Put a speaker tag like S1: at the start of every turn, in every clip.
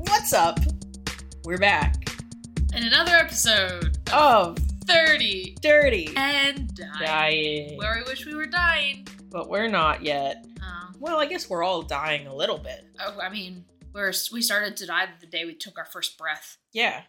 S1: What's up? We're back.
S2: And another episode
S1: Oh,
S2: 30
S1: dirty.
S2: and dying.
S1: Dying.
S2: Where I wish we were dying.
S1: But we're not yet.
S2: Um,
S1: Well, I guess we're all dying a little bit.
S2: oh, I mean, we're, we started to die the day we took our first breath.
S1: Yeah.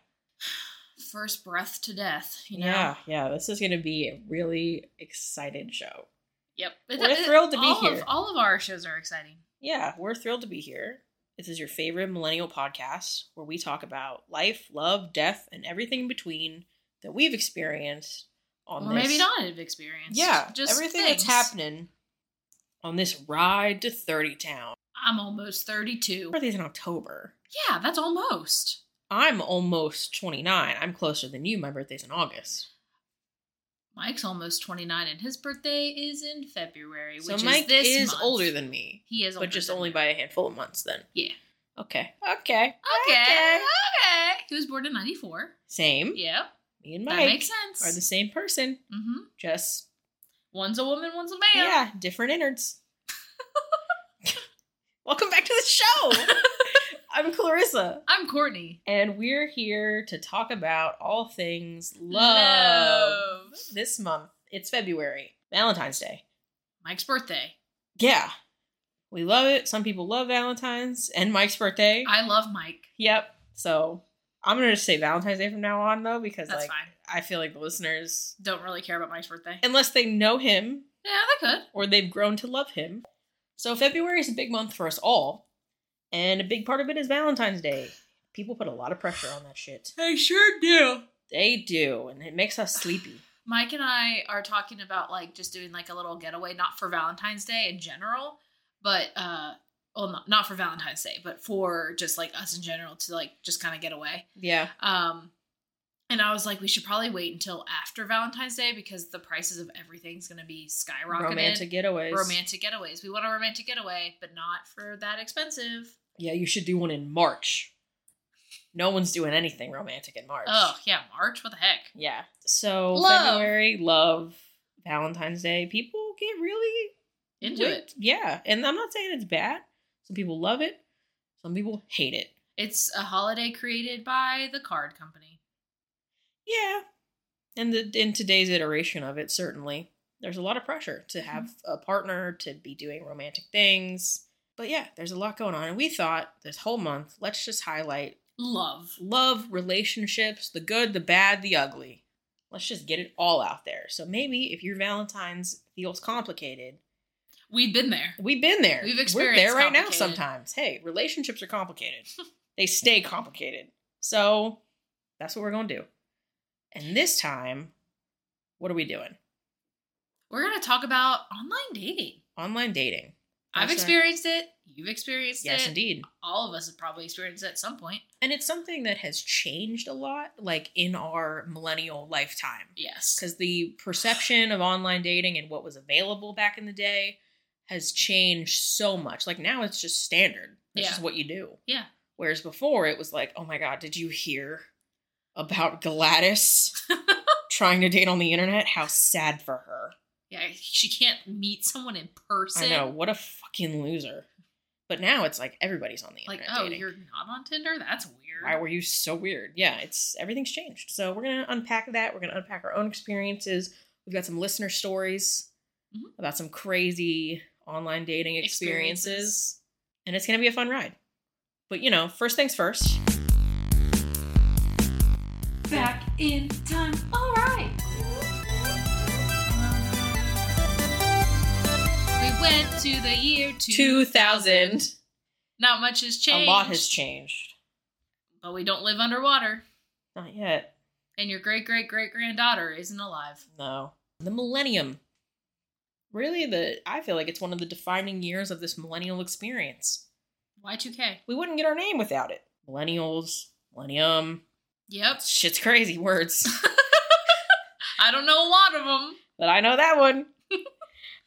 S2: First breath to death, you know?
S1: Yeah. Yeah. This is going to be a really excited show.
S2: Yep. It-
S1: We're
S2: it-
S1: thrilled to be
S2: all
S1: here.
S2: Of, all of our shows are exciting.
S1: Yeah. We're thrilled to be here. This is your favorite millennial podcast where we talk about life, love, death, and everything in between that we've experienced on
S2: or
S1: this.
S2: maybe not have experienced.
S1: Yeah.
S2: Just
S1: everything that's
S2: things.
S1: happening on this ride to 30 Town.
S2: I'm almost 32.
S1: Birthday's in October.
S2: Yeah, that's almost.
S1: I'm almost 29. I'm closer than you. My birthday's in August.
S2: Mike's almost 29 and his birthday is in February,
S1: So
S2: which
S1: Mike
S2: is this
S1: is
S2: month.
S1: older than me,
S2: He is older
S1: but just
S2: than
S1: only
S2: me.
S1: by a handful of months then.
S2: Yeah.
S1: Okay. Okay.
S2: Okay. Okay. He was born in 94.
S1: Same.
S2: Yep.
S1: Me and
S2: That
S1: Mike
S2: makes sense.
S1: are the same person,
S2: hmm
S1: just
S2: One's a woman, one's a man.
S1: yeah, different innards. Welcome back to the show. I'm Clarissa,
S2: I'm Courtney.
S1: and we're here to talk about all things love.
S2: Love.
S1: This month, it's February, Valentine's Day.
S2: Mike's birthday.
S1: Yeah. We love it. Some people love Valentine's and Mike's birthday.
S2: I love Mike.
S1: yep. So I'm gonna just say Valentine's Day from now on though, because
S2: That's
S1: like
S2: fine.
S1: I feel like the listeners
S2: Don't really care about Mike's birthday.
S1: unless they know him
S2: Yeah, they could.
S1: or they've grown to love him. So February is a big month for us all, and a big part of it is Valentine's Day. People put a lot of pressure on that shit.
S2: They sure do.
S1: They do, and it makes us sleepy.
S2: Mike and I are talking about like just doing like a little getaway, not for Valentine's Day in general, but uh well not, not for Valentine's Day, but for just like us in general to like just kind of get away.
S1: Yeah.
S2: Um, and I was like, we should probably wait until after Valentine's Day because the prices of everything's going to be skyrocketed.
S1: Romantic getaways.
S2: romantic getaways. We want a romantic getaway, but not for that expensive.
S1: Yeah, you should do one in March. No one's doing anything romantic in March.
S2: Oh yeah, March. What the heck?
S1: Yeah. So
S2: Love.
S1: February, love, Valentine's Day. People get really
S2: Into
S1: wi-
S2: it.
S1: Yeah. And I'm not saying it's bad. Some people love it. Some people hate it.
S2: It's a holiday created by the card company.
S1: Yeah. And the, in today's iteration of it, certainly, there's a lot of pressure to
S2: Mm-hmm.
S1: have a partner, to be doing romantic things. But yeah, there's a lot going on. And we thought this whole month, let's just highlight
S2: Love.
S1: love, relationships, the good, the bad, the ugly. Let's just get it all out there. So maybe if your Valentine's feels complicated,
S2: We've been there.
S1: We've been there.
S2: We've
S1: We're
S2: experienced
S1: there right now
S2: complicated.
S1: sometimes. Hey, relationships are complicated. they stay complicated. So that's what we're going to do. And this time, what are we doing?
S2: We're gonna talk about online dating.
S1: Online dating.
S2: I've
S1: That's right.
S2: experienced it. You've experienced
S1: Yes,
S2: it.
S1: indeed.
S2: All of us have probably experienced it at some point.
S1: And it's something that has changed a lot, like in our millennial lifetime.
S2: Yes.
S1: Because the perception of online dating and what was available back in the day has changed so much. Like now it's just standard. It's
S2: Yeah.
S1: just what you do.
S2: Yeah.
S1: Whereas before it was like, oh my God, did you hear about Gladys trying to date on the internet? How sad for her.
S2: Yeah, she can't meet someone in person.
S1: I know. What a fucking loser. But now it's like everybody's on the
S2: Like,
S1: internet.
S2: oh,
S1: dating.
S2: you're not on Tinder? That's weird.
S1: Why were you so weird? Yeah, it's everything's changed. So we're gonna unpack that. We're gonna unpack our own experiences. We've got some listener stories
S2: Mhm.
S1: about some crazy online dating experiences,
S2: Experiences.
S1: and it's gonna be a fun ride. But you know, first things first.
S2: back in time? All right. We went to the year two.
S1: Two thousand.
S2: Not much has
S1: A
S2: changed.
S1: lot has changed.
S2: But we don't live underwater.
S1: Not yet.
S2: And your great great great granddaughter isn't alive.
S1: No. The millennium. Really, the I feel like it's one of the defining years of this millennial experience.
S2: Y2K.
S1: We wouldn't get our name without it. Millennials, millennium.
S2: Yep.
S1: Shit's crazy words,
S2: I don't know a lot of them.
S1: but I know that one.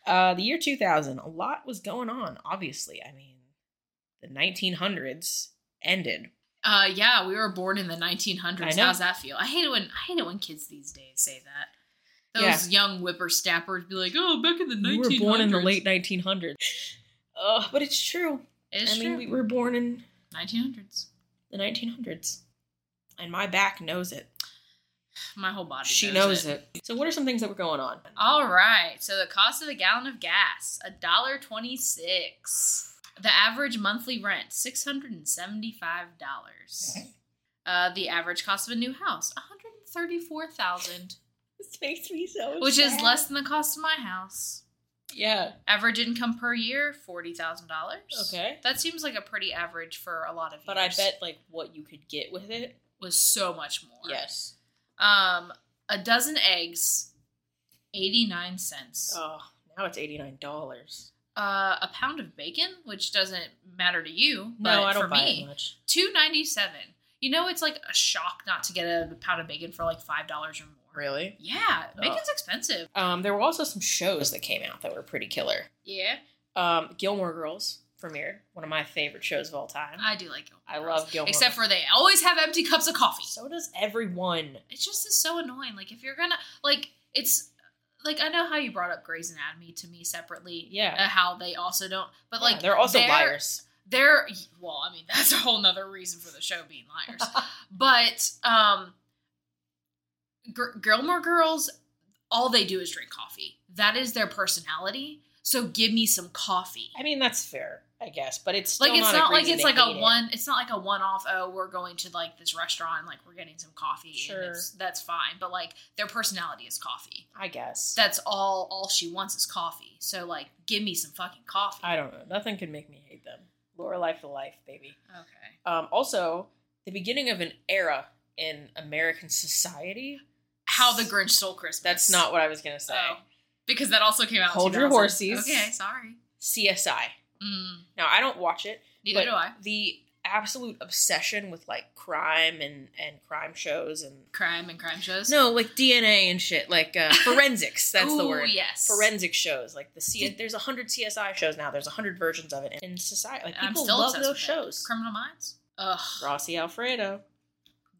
S1: uh, the year 2000, a lot was going on, obviously. I mean, the 1900s ended.
S2: Uh, yeah, we were born in the 1900s.
S1: I know.
S2: How's that feel? I hate it when I hate it when kids these days say that. Those young whippersnappers be like, "Oh, back in the 1900s."
S1: We were born in the late 1900s. Uh, but it's true.
S2: It's
S1: I mean,
S2: true.
S1: we were born in
S2: 1900s.
S1: the 1900s. And my back knows it.
S2: My whole body.
S1: She knows it. So, what are some things that were going on?
S2: All right. So the cost of a gallon of gas, a dollar twenty-six. The average monthly rent, six hundred and seventy-five dollars. Uh, the average cost of a new house, one hundred thirty-four thousand,
S1: This makes me so
S2: which is
S1: sad.
S2: less than the cost of my house.
S1: Yeah.
S2: Average income per year, forty thousand dollars.
S1: Okay.
S2: That seems like a pretty average for a lot of years.
S1: But I bet, like, what you could get with it.
S2: was so much more.
S1: Yes.
S2: Um, a dozen eggs, eighty-nine cents.
S1: Oh, now it's $89.
S2: uh, a pound of bacon, which doesn't matter to you, but
S1: No, I don't
S2: for
S1: buy it
S2: me,
S1: much.
S2: two ninety seven. You know, it's like a shock not to get a pound of bacon for like five dollars or more.
S1: Really?
S2: Yeah,
S1: Oh.
S2: bacon's expensive.
S1: Um, there were also some shows that came out that were pretty killer.
S2: Yeah,
S1: Um, Gilmore Girls premiered, one of my favorite shows of all time.
S2: I do like Gilmore.
S1: I
S2: Girls.
S1: love Gilmore.
S2: except for they always have empty cups of coffee.
S1: so does everyone.
S2: It just is so annoying. Like if you're gonna like, it's like I know how you brought up Grey's Anatomy to me separately.
S1: Yeah.
S2: uh, how they also don't, but like
S1: they're also
S2: they're-
S1: liars.
S2: they're well i mean that's a whole nother reason for the show being liars but um Gr- gilmore girls all they do is drink coffee that is their personality so give me some coffee
S1: I mean, that's fair, I guess, but it's still
S2: like it's
S1: a
S2: not like
S1: reason
S2: it's
S1: to
S2: like a
S1: hate it.
S2: one it's not like a one-off oh we're going to like this restaurant and, like we're getting some coffee and
S1: Sure.
S2: it's- that's fine but like their personality is coffee
S1: I guess.
S2: that's all all she wants is coffee so like give me some fucking coffee
S1: I don't know. Nothing could make me hate them. Lower life to life, baby.
S2: okay
S1: Um, also, the beginning of an era in American society.
S2: how the grinch stole christmas
S1: That's not what I was gonna say.
S2: Oh, because that also came out. in
S1: Hold your
S2: 2000.
S1: horses.
S2: Okay, sorry.
S1: CSI.
S2: Mm,
S1: Now I don't watch it,
S2: neither
S1: But
S2: do I.
S1: the absolute obsession with like crime and and crime shows and
S2: Crime and crime shows.
S1: no like DNA and shit like uh, forensics. That's the
S2: Ooh,
S1: word.
S2: Yes.
S1: Forensic shows like the C- there's a hundred CSI shows now. There's a hundred versions of it in society. Like
S2: And I'm
S1: people
S2: still
S1: love
S2: obsessed
S1: those
S2: with it.
S1: shows.
S2: Criminal Minds. Ugh.
S1: Rossi Alfredo,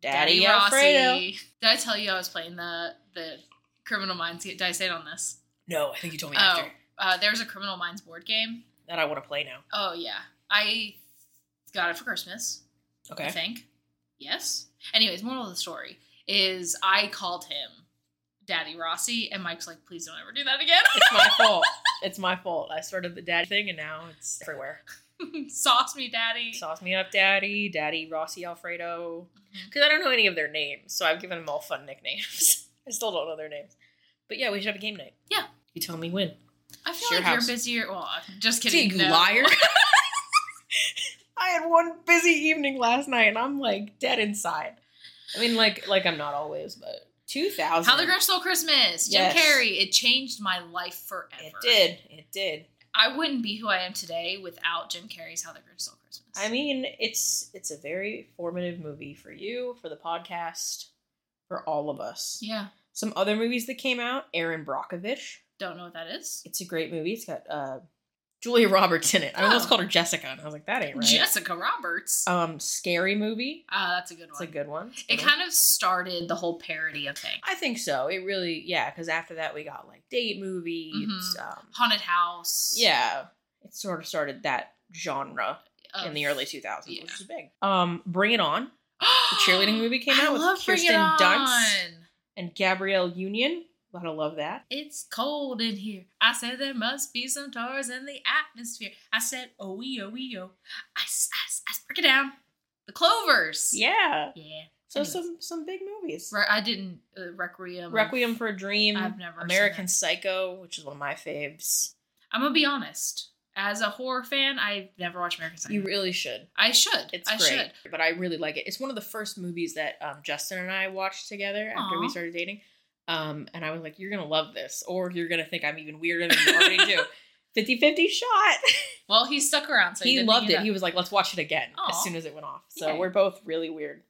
S2: Daddy,
S1: Daddy,
S2: Rossi.
S1: Alfredo.
S2: Did I tell you I was playing the the Criminal Minds? Did I say it on this?
S1: No, I think you told me
S2: Oh.
S1: after
S2: Uh, there's a Criminal Minds board game.
S1: that I want to play now.
S2: Oh yeah, I got it for Christmas.
S1: Okay.
S2: I think. Yes. Anyways, moral of the story is I called him Daddy Rossi, and Mike's like, please don't ever do that again.
S1: It's my fault. It's my fault. I started the dad thing and now it's everywhere.
S2: Sauce me, daddy.
S1: Sauce me up, daddy, daddy, Rossi, Alfredo.
S2: Mhm.
S1: Because I don't know any of their names, so I've given them all fun nicknames. I still don't know their names. But yeah, we should have a game night.
S2: Yeah.
S1: You tell me when.
S2: I
S1: It's
S2: feel
S1: your
S2: like
S1: house.
S2: you're busier. Well, I'm just kidding. no.
S1: I had one busy evening last night and I'm like dead inside. I mean, like, like I'm not always, but 2000.
S2: How the Grinch Stole Christmas. Jim
S1: Yes.
S2: Carrey. It changed my life forever.
S1: It did. It did.
S2: I wouldn't be who I am today without Jim Carrey's How the Grinch Stole Christmas.
S1: I mean, it's it's a very formative movie for you, for the podcast, for all of us.
S2: yeah.
S1: Some other movies that came out: Aaron Brockovich.
S2: Don't know what that is.
S1: It's a great movie. It's got uh, Julia Roberts in it. I almost
S2: Oh.
S1: called her Jessica, and I was like, that ain't right.
S2: Jessica Roberts. Ah,
S1: um, scary movie.
S2: that's a good
S1: It's
S2: one.
S1: a good one. It's a
S2: it
S1: good one.
S2: kind of started the whole parody of thing.
S1: I think so. It really, yeah, because after that we got like date movies. Um,
S2: Haunted Mm-hmm. House.
S1: yeah, it sort of started that genre
S2: of-
S1: in the early 2000s,
S2: yeah.
S1: which is big. Um, Bring It On, the cheerleading movie came
S2: I
S1: out with
S2: love Bring It
S1: Kirsten Dunst.
S2: On.
S1: and Gabrielle Union. Gotta love that.
S2: It's cold in here. I said there must be some Taurus in the atmosphere. I said, oh, oh, oh. Ice, ice, ice, break it down. The Clovers.
S1: Yeah.
S2: Yeah.
S1: So
S2: Anyways.
S1: some some big movies.
S2: Re- I didn't. Uh, Requiem.
S1: Requiem for a Dream.
S2: I've never seen
S1: American
S2: that.
S1: Psycho, which is one of my faves.
S2: I'm going to be honest. As a horror fan, I've never watched American Psycho.
S1: You really should.
S2: I should.
S1: It's
S2: I
S1: great,
S2: should.
S1: but I really like it. It's one of the first movies that um, Justin and I watched together after
S2: Aw.
S1: we started dating. Um, and I was like, "You're gonna love this, or you're gonna think I'm even weirder than you already do." 50-50 shot.
S2: Well, he stuck around, so he,
S1: he
S2: didn't
S1: loved
S2: think
S1: it. He was like, "Let's watch it again."
S2: Aw.
S1: As soon as it went off, so
S2: Yay.
S1: we're both really weird.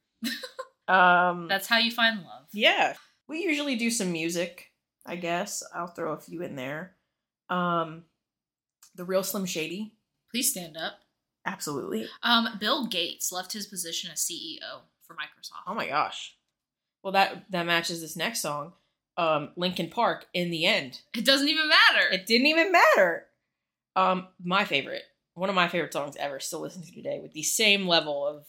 S1: um,
S2: That's how you find love.
S1: Yeah. We usually do some music, I guess. I'll throw a few in there. Um The Real Slim Shady.
S2: Please stand up.
S1: Absolutely.
S2: Um, Bill Gates left his position as CEO for Microsoft.
S1: Oh my gosh. Well that that matches this next song. Um Linkin Park in the end.
S2: It doesn't even matter.
S1: It didn't even matter. Um my favorite. One of my favorite songs ever still listened to today with the same level of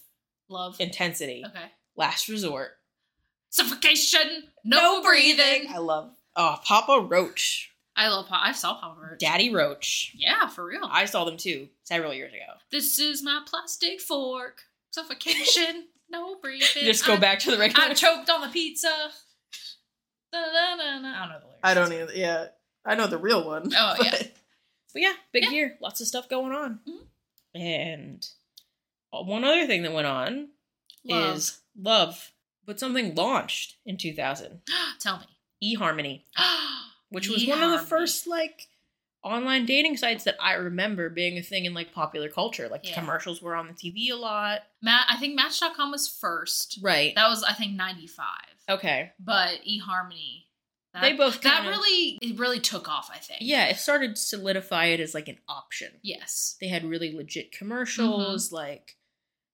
S2: Love.
S1: intensity,
S2: Okay.
S1: last resort.
S2: Suffocation. No, breathing.
S1: I love. Oh, Papa Roach,
S2: I love. Pa- I saw Papa Roach.
S1: Daddy Roach.
S2: Yeah, for real.
S1: I saw them too several years ago.
S2: this is my plastic fork. Suffocation. no breathing.
S1: Just go
S2: I-
S1: back to the regular.
S2: I choked on the pizza. Da-da-da-da. I don't know the lyrics.
S1: either. Yeah, I know the real one.
S2: Oh, yeah.
S1: But yeah, big
S2: Yeah.
S1: year, lots of stuff going on.
S2: Mhm.
S1: And uh, one other thing that went on
S2: Love.
S1: is love, but something launched in 2000,
S2: Tell me.
S1: eHarmony, which was one of the
S2: eHarmony.
S1: first like online dating sites that I remember being a thing in like popular culture. Like
S2: Yeah.
S1: commercials were on the TV a lot.
S2: Matt, I think Match.com was first.
S1: Right.
S2: That was I think ninety five.
S1: Okay.
S2: But eHarmony. That,
S1: Oh. They both
S2: that
S1: kinda-
S2: really it really took off. I think.
S1: Yeah, it started to solidify it as like an option.
S2: Yes.
S1: they had really legit commercials like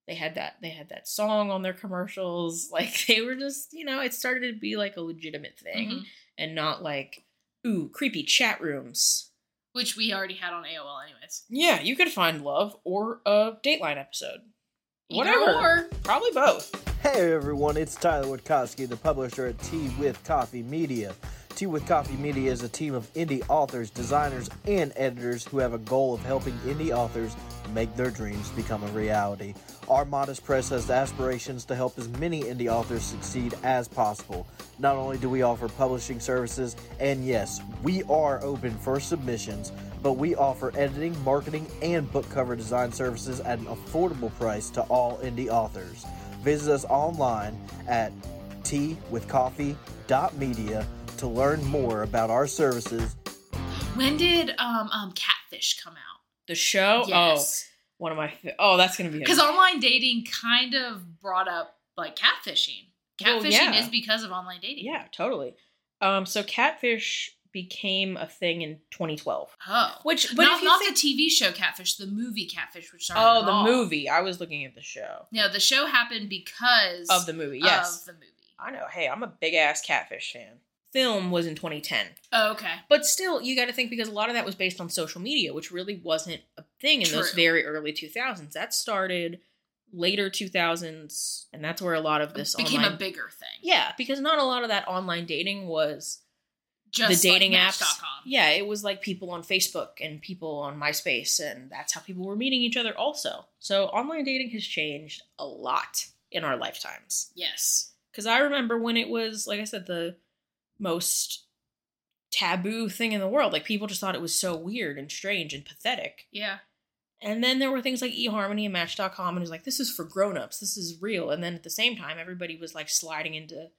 S1: they had that they had that song on their commercials like they were just you know it started to be like a legitimate thing
S2: Mhm.
S1: and not like ooh creepy chat rooms
S2: Which we already had on AOL, anyways.
S1: yeah you could find love or a dateline episode
S2: Either
S1: Whatever. probably both
S3: Hey everyone, it's Tyler Witkowski, the publisher at Tea with Coffee Media. Tea with Coffee Media is a team of indie authors, designers, and editors who have a goal of helping indie authors make their dreams become a reality. Our modest press has aspirations to help as many indie authors succeed as possible. Not only do we offer publishing services, and yes, we are open for submissions, but we offer editing, marketing, and book cover design services at an affordable price to all indie authors. Visit us online at teawithcoffee.media to learn more about our services
S2: When did um, um Catfish come out?
S1: the show oh
S2: yes.
S1: one of my fa- oh that's gonna be
S2: Because online dating kind of brought up like catfishing. Catfishing
S1: Well, yeah.
S2: is because of online dating.
S1: yeah totally um so catfish became a thing in 2012
S2: Oh.
S1: which but
S2: not
S1: if you
S2: not
S1: think-
S2: the TV show Catfish, the movie Catfish, which started.
S1: oh
S2: it
S1: the
S2: all.
S1: movie i was looking at the show
S2: No, the show happened because
S1: of the movie. Yes,
S2: of the movie.
S1: I know. Hey, I'm a big ass catfish fan. Film was in 2010,
S2: Oh, okay.
S1: but still, you got to think because a lot of that was based on social media, which really wasn't a thing in those
S2: True.
S1: very early 2000s. That started later 2000s, and that's where a lot of this
S2: It became
S1: online-
S2: a bigger thing.
S1: yeah, because not a lot of that online dating was
S2: Just
S1: the dating
S2: like
S1: apps.
S2: Match.com.
S1: Yeah, it was like people on Facebook and people on MySpace, and that's how people were meeting each other. Also, so online dating has changed a lot in our lifetimes.
S2: Yes.
S1: Because I remember when it was, like I said, the most taboo thing in the world. Like people just thought it was so weird and strange and pathetic.
S2: Yeah.
S1: And then there were things like eHarmony and Match.com, and it was like, this is for grown-ups. This is real. And then at the same time, everybody was like sliding into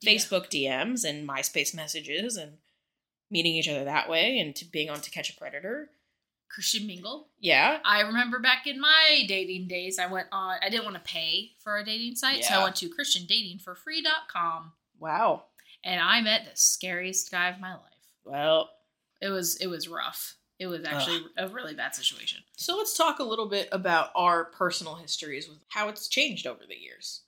S2: Yeah.
S1: Facebook DMs and MySpace messages and meeting each other that way and to being on To Catch a Predator.
S2: Christian Mingle.
S1: Yeah.
S2: I remember back in my dating days, I went on. I didn't want to pay for a dating site, so
S1: Yeah.
S2: I went to ChristianDatingForFree.com,
S1: Wow.
S2: and I met the scariest guy of my life.
S1: Well,
S2: It was it was rough. It was actually a really bad situation.
S1: So let's talk a little bit about our personal histories with how it's changed over the years.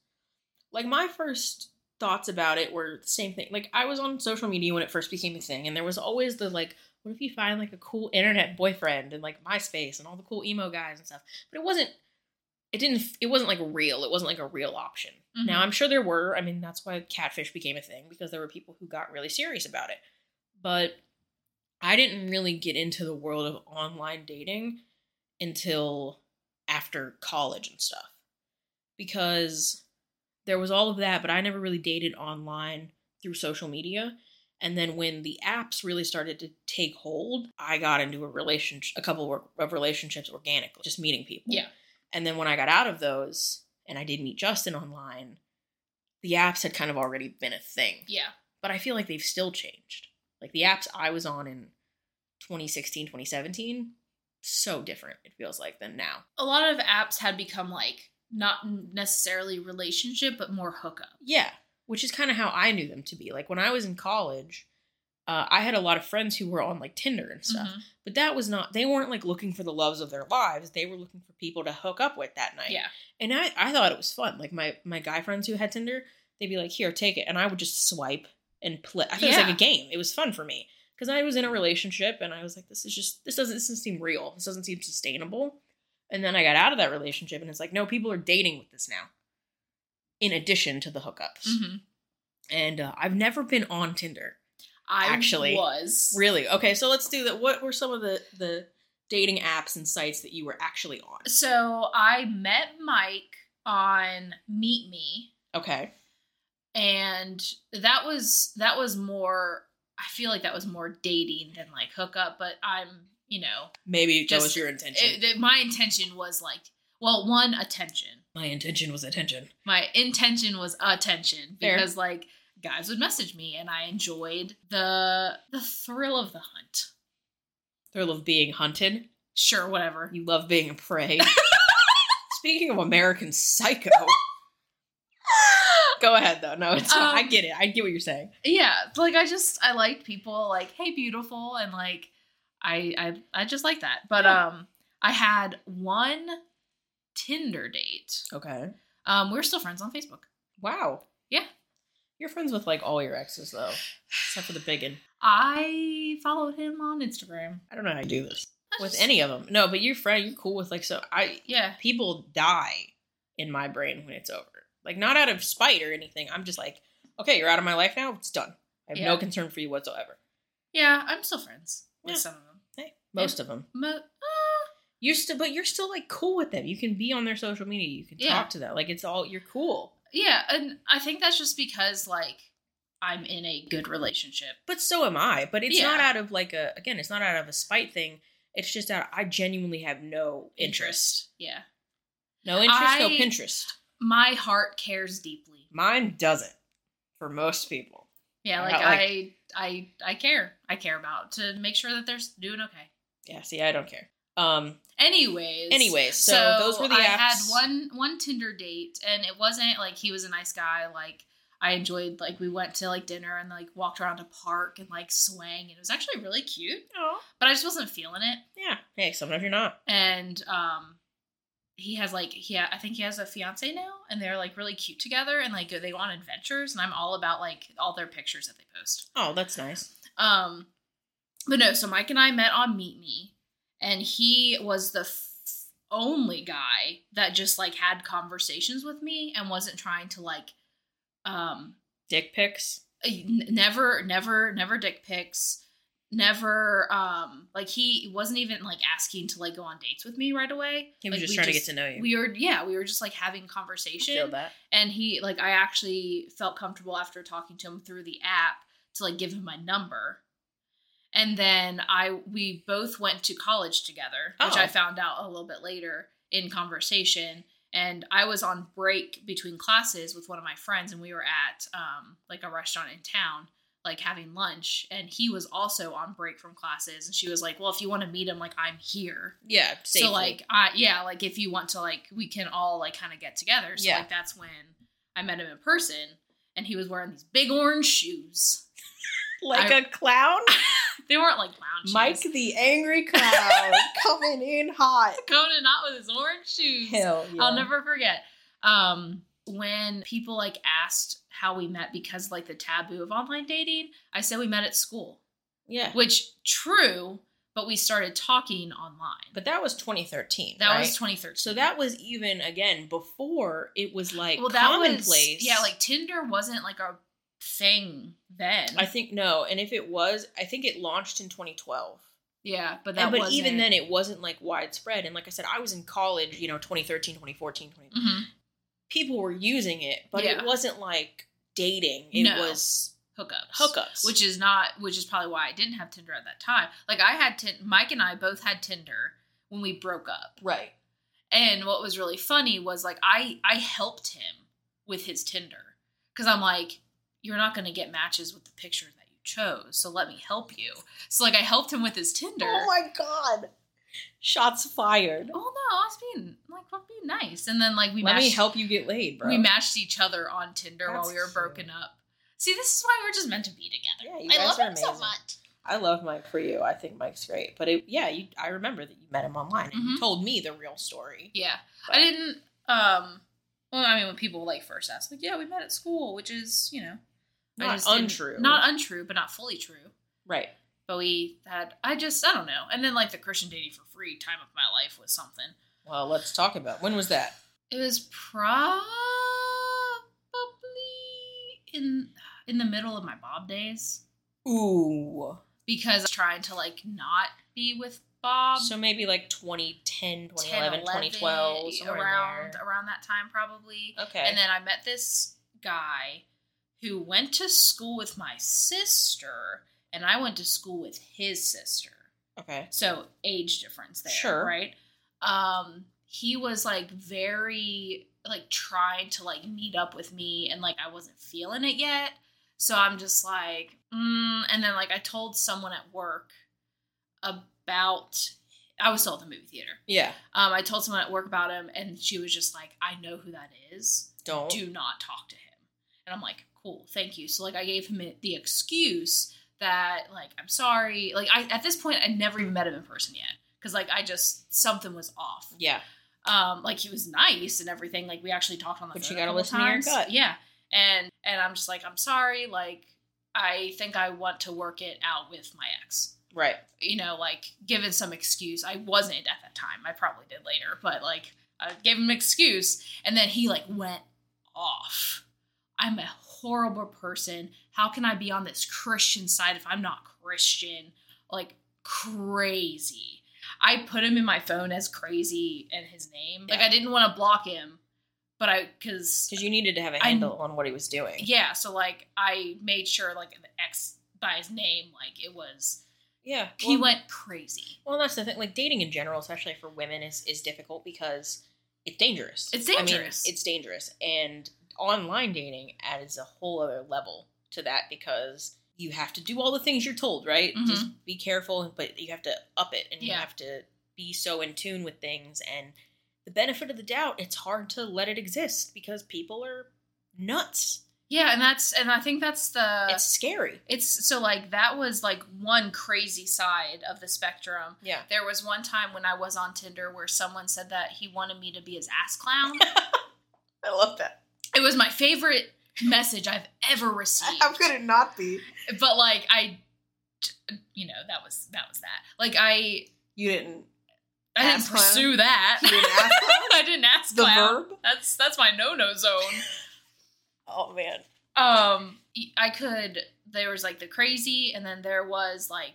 S1: Like my first thoughts about it were the same thing. Like I was on social media when it first became a thing, and there was always the like, what if you find like a cool internet boyfriend and like MySpace and all the cool emo guys and stuff. But it wasn't. It didn't. It wasn't like real. It wasn't like a real option.
S2: Mhm.
S1: Now I'm sure there were. I mean, that's why catfish became a thing because there were people who got really serious about it. But I didn't really get into the world of online dating until after college and stuff because there was all of that but i never really dated online through social media and then when the apps really started to take hold i got into a relationship a couple of- of relationships organically just meeting people
S2: Yeah.
S1: and then when i got out of those and i did meet justin online the apps had kind of already been a thing
S2: Yeah.
S1: but I feel like they've still changed. Like the apps I was on in 2016, 2017, so different it feels like than now.
S2: a lot of apps had become like not necessarily relationship but more hookup
S1: Yeah, which is kind of how I knew them to be. Like when I was in college, uh, I had a lot of friends who were on like Tinder and stuff,
S2: Mhm.
S1: but that was not, they weren't like looking for the loves of their lives. They were looking for people to hook up with that night.
S2: yeah
S1: And I, I thought it was fun. Like my, my guy friends who had Tinder, they'd be like, here, take it. And I would just swipe and play. I thought it was
S2: Yeah.
S1: like a game. It was fun for me because I was in a relationship and I was like, this is just, this doesn't, this doesn't seem real. This doesn't seem sustainable. And then I got out of that relationship and it's like, no, people are dating with this now. in addition to the hookups.
S2: Mm-hmm.
S1: And uh, I've never been on Tinder.
S2: I
S1: Actually,
S2: was.
S1: Really? Okay, so let's do that. What were some of the the dating apps and sites that you were actually on?
S2: So I met Mike on Meet Me,
S1: Okay.
S2: and that was that was more. I feel like that was more dating than like hookup, but I'm you know
S1: Maybe that
S2: Just-
S1: was your intention.
S2: it, it- my intention was like well one attention.
S1: My intention was attention.
S2: My intention was attention
S1: Fair.
S2: because like guys would message me and I enjoyed the the thrill of the hunt.
S1: Thrill of being hunted.
S2: Sure, whatever.
S1: You love being a prey. Speaking of American Psycho, go ahead though. No, it's I
S2: Um,
S1: get it. I get what you're saying.
S2: yeah like i just i like people like hey beautiful and like i i, I just like that but
S1: Yeah.
S2: um i had one tinder date
S1: Okay.
S2: um we're still friends on facebook
S1: Wow.
S2: Yeah.
S1: You're friends with like all your exes though, except for the big one.
S2: i followed him on instagram
S1: I don't know how you do this
S2: I
S1: with
S2: just-
S1: any of them. No, but you're friend. You're cool with like so. I
S2: yeah
S1: people die in my brain when it's over. Like not out of spite or anything. I'm just like, okay, you're out of my life now. It's done. I have no
S2: Yeah.
S1: concern for you whatsoever.
S2: yeah i'm still friends with
S1: Yeah.
S2: some of them
S1: Hey, most of them.
S2: Mo- uh,
S1: You still, but you're still like cool with them. You can be on their social media. You can
S2: Yeah.
S1: talk to them. Like it's all you're cool.
S2: yeah and i think that's just because like i'm in a good relationship
S1: But so am I. But it's
S2: Yeah.
S1: not out of like a again. It's not out of a spite thing. It's just out. I genuinely have no interest.
S2: yeah
S1: No interest. no
S2: I-
S1: Pinterest.
S2: my heart cares deeply
S1: Mine doesn't. For most people.
S2: Yeah,
S1: I'm
S2: like,
S1: not, like-
S2: I, I, I care. I care about to make sure that they're s- doing okay.
S1: Yeah. See, I don't care. Um.
S2: Anyways,
S1: Anyways, so, those were the
S2: I
S1: apps.
S2: had one one Tinder date, and it wasn't like he was a nice guy. Like I enjoyed, like we went to like dinner and like walked around a park and like swang, and it was actually really cute.
S1: Oh.
S2: But I just wasn't feeling it,
S1: Yeah. Hey, sometimes you're not.
S2: and um. He has like he, ha- I think he has a fiance now, and they're like really cute together, and like they go on adventures, and I'm all about like all their pictures that they post.
S1: Oh, that's nice.
S2: Um, but no, so Mike and I met on Meet Me, and he was the f- only guy that just like had conversations with me and wasn't trying to like, um, eh,
S1: Dick pics.
S2: n- never, never, never dick pics, never, um, like he wasn't even like asking to like go on dates with me right away.
S1: He was
S2: Like,
S1: just
S2: we
S1: trying to get to know you.
S2: We were, yeah, we were just like having
S1: I
S2: conversation
S1: feel that.
S2: and he like i actually felt comfortable after talking to him through the app to like give him my number and then i we both went to college together which
S1: Oh.
S2: i found out a little bit later in conversation and i was on break between classes with one of my friends and we were at um, like a restaurant in town like having lunch and he was also on break from classes and she was like well if you want to meet him like i'm here
S1: Yeah. Safely.
S2: so like I yeah, like if you want to like we can all like kind of get together. So
S1: Yeah.
S2: like that's when I met him in person and he was wearing these big orange shoes.
S1: like
S2: I-
S1: a clown.
S2: They weren't like lounge
S1: Mike
S2: shoes.
S1: the angry clown coming in hot.
S2: Conan not with his orange shoes.
S1: Hell yeah.
S2: I'll never forget. Um when people like asked how we met because like the taboo of online dating, I said we met at school.
S1: Yeah.
S2: Which true, but we started talking online.
S1: But that was 2013.
S2: that
S1: right?
S2: was 2013.
S1: So that was even again before it was like
S2: well that
S1: commonplace.
S2: was yeah like tinder wasn't like a thing then
S1: I think no, and if it was, I think it launched in 2012.
S2: yeah but that
S1: And, but
S2: wasn't,
S1: even then, it wasn't like widespread. And like I said, I was in college, you know, 2013, 2014, 20.
S2: Mhm.
S1: People were using it, but
S2: Yeah.
S1: it wasn't like dating. It
S2: No.
S1: was
S2: hookups
S1: hookups.
S2: which is not which is probably why i didn't have tinder at that time like i had tin mike and i both had tinder when we broke up
S1: right.
S2: and what was really funny was like i i helped him with his tinder because i'm like you're not going to get matches with the picture that you chose so let me help you so like i helped him with his tinder
S1: Oh my god! Shots fired.
S2: oh no i was being like i'm being nice and then like we
S1: Let me
S2: matched-
S1: help you get laid, bro.
S2: We matched each other on Tinder
S1: That's
S2: while we were
S1: cute.
S2: broken up. See, this is why we're just meant to be together.
S1: Yeah, you
S2: I
S1: guys
S2: love
S1: are
S2: him so
S1: amazing.
S2: much.
S1: I love Mike for you. I think Mike's great. But it, yeah, you, I remember that you met him online and you
S2: Mhm.
S1: told me the real story.
S2: Yeah. I didn't um well, I mean when people like first ask, like, yeah, we met at school, which is, you know I
S1: Not
S2: just didn't-
S1: untrue.
S2: Not untrue, but not fully true.
S1: Right.
S2: But we had I just I don't know. And then like the Christian dating for free time of my life was something.
S1: Well, let's talk about when was that?
S2: It was probably in in the middle of my Bob days
S1: Ooh.
S2: Um, because I'm trying to like not be with Bob.
S1: So maybe like 2010, 2011, 2012, somewhere in
S2: around
S1: there.
S2: around that time probably.
S1: Okay.
S2: And then I met this guy who went to school with my sister, and I went to school with his sister.
S1: okay.
S2: So age difference there,
S1: Sure.
S2: right? Um, he was like very like trying to like meet up with me, and like I wasn't feeling it yet. So I'm just like, mm. and then like I told someone at work about I was still at the movie theater.
S1: Yeah.
S2: Um, I told someone at work about him, and she was just like, I know who that is
S1: Don't.
S2: do not talk to him. And I'm like, cool, thank you. So like I gave him the excuse that like I'm sorry. Like I at this point I never even met him in person yet because like I just something was off.
S1: Yeah.
S2: Um, like he was nice and everything. Like we actually talked on the
S1: But
S2: phone.
S1: you
S2: a
S1: gotta
S2: couple
S1: listen to your
S2: times.
S1: gut.
S2: Yeah, and and I'm just like I'm sorry. Like I think I want to work it out with my ex.
S1: Right.
S2: You know, like given some excuse. I wasn't at that time. I probably did later, but like I gave him an excuse, and then he like went off. I'm a horrible person. How can I be on this Christian side if I'm not Christian? Like crazy. I put him in my phone as crazy and his name. Like
S1: Yeah.
S2: I didn't want to block him, but I because
S1: Because you needed to have a
S2: I-
S1: handle on what he was doing.
S2: yeah. So like I made sure like the X by his name. Like it was
S1: Yeah.
S2: he
S1: well-
S2: went crazy.
S1: Well, that's the thing. Like dating in general, especially for women, is is difficult because it's dangerous.
S2: It's
S1: I mean,
S2: dangerous.
S1: it's dangerous, and online dating adds a whole other level to that because you have to do all the things you're told, right?
S2: Mhm.
S1: Just be careful, but you have to up it, and you
S2: Yeah.
S1: have to be so in tune with things. And the benefit of the doubt, it's hard to let it exist because people are nuts.
S2: Yeah, and that's and I think that's the
S1: it's scary.
S2: It's so like that was like one crazy side of the spectrum.
S1: Yeah.
S2: There was one time when I was on Tinder where someone said that he wanted me to be his ass clown.
S1: I love that.
S2: it was my favorite message I've ever received.
S1: it not be?
S2: But like I you know, that was that was that. Like I
S1: You didn't.
S2: I
S1: Ass
S2: didn't
S1: clown?
S2: pursue that.
S1: You didn't ask that?
S2: I didn't ask
S1: The
S2: clown.
S1: verb?
S2: That's that's my no-no zone.
S1: Oh man.
S2: um i could there was like the crazy and then there was like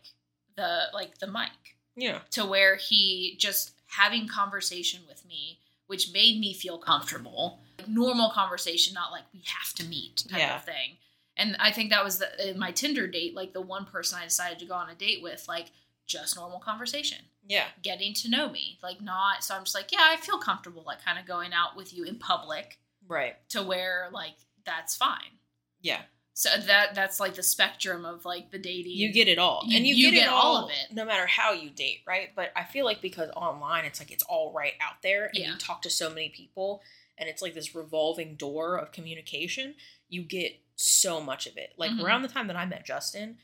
S2: the like the mic
S1: Yeah.
S2: to where he just having conversation with me which made me feel comfortable like normal conversation not like we have to meet type
S1: Yeah.
S2: of thing and i think that was the, in my tinder date like the one person i decided to go on a date with like just normal conversation
S1: Yeah.
S2: getting to know me like not so i'm just like yeah i feel comfortable like kind of going out with you in public
S1: Right.
S2: to where like that's fine
S1: Yeah.
S2: so that that's like the spectrum of like the dating.
S1: you get it all
S2: You-
S1: and you,
S2: you
S1: get,
S2: get
S1: it
S2: all
S1: all,
S2: of it.
S1: no matter how you date right but i feel like because online it's like it's all right out there and
S2: Yeah.
S1: you talk to so many people and it's like this revolving door of communication you get so much of it like
S2: Mhm.
S1: around the time that i met justin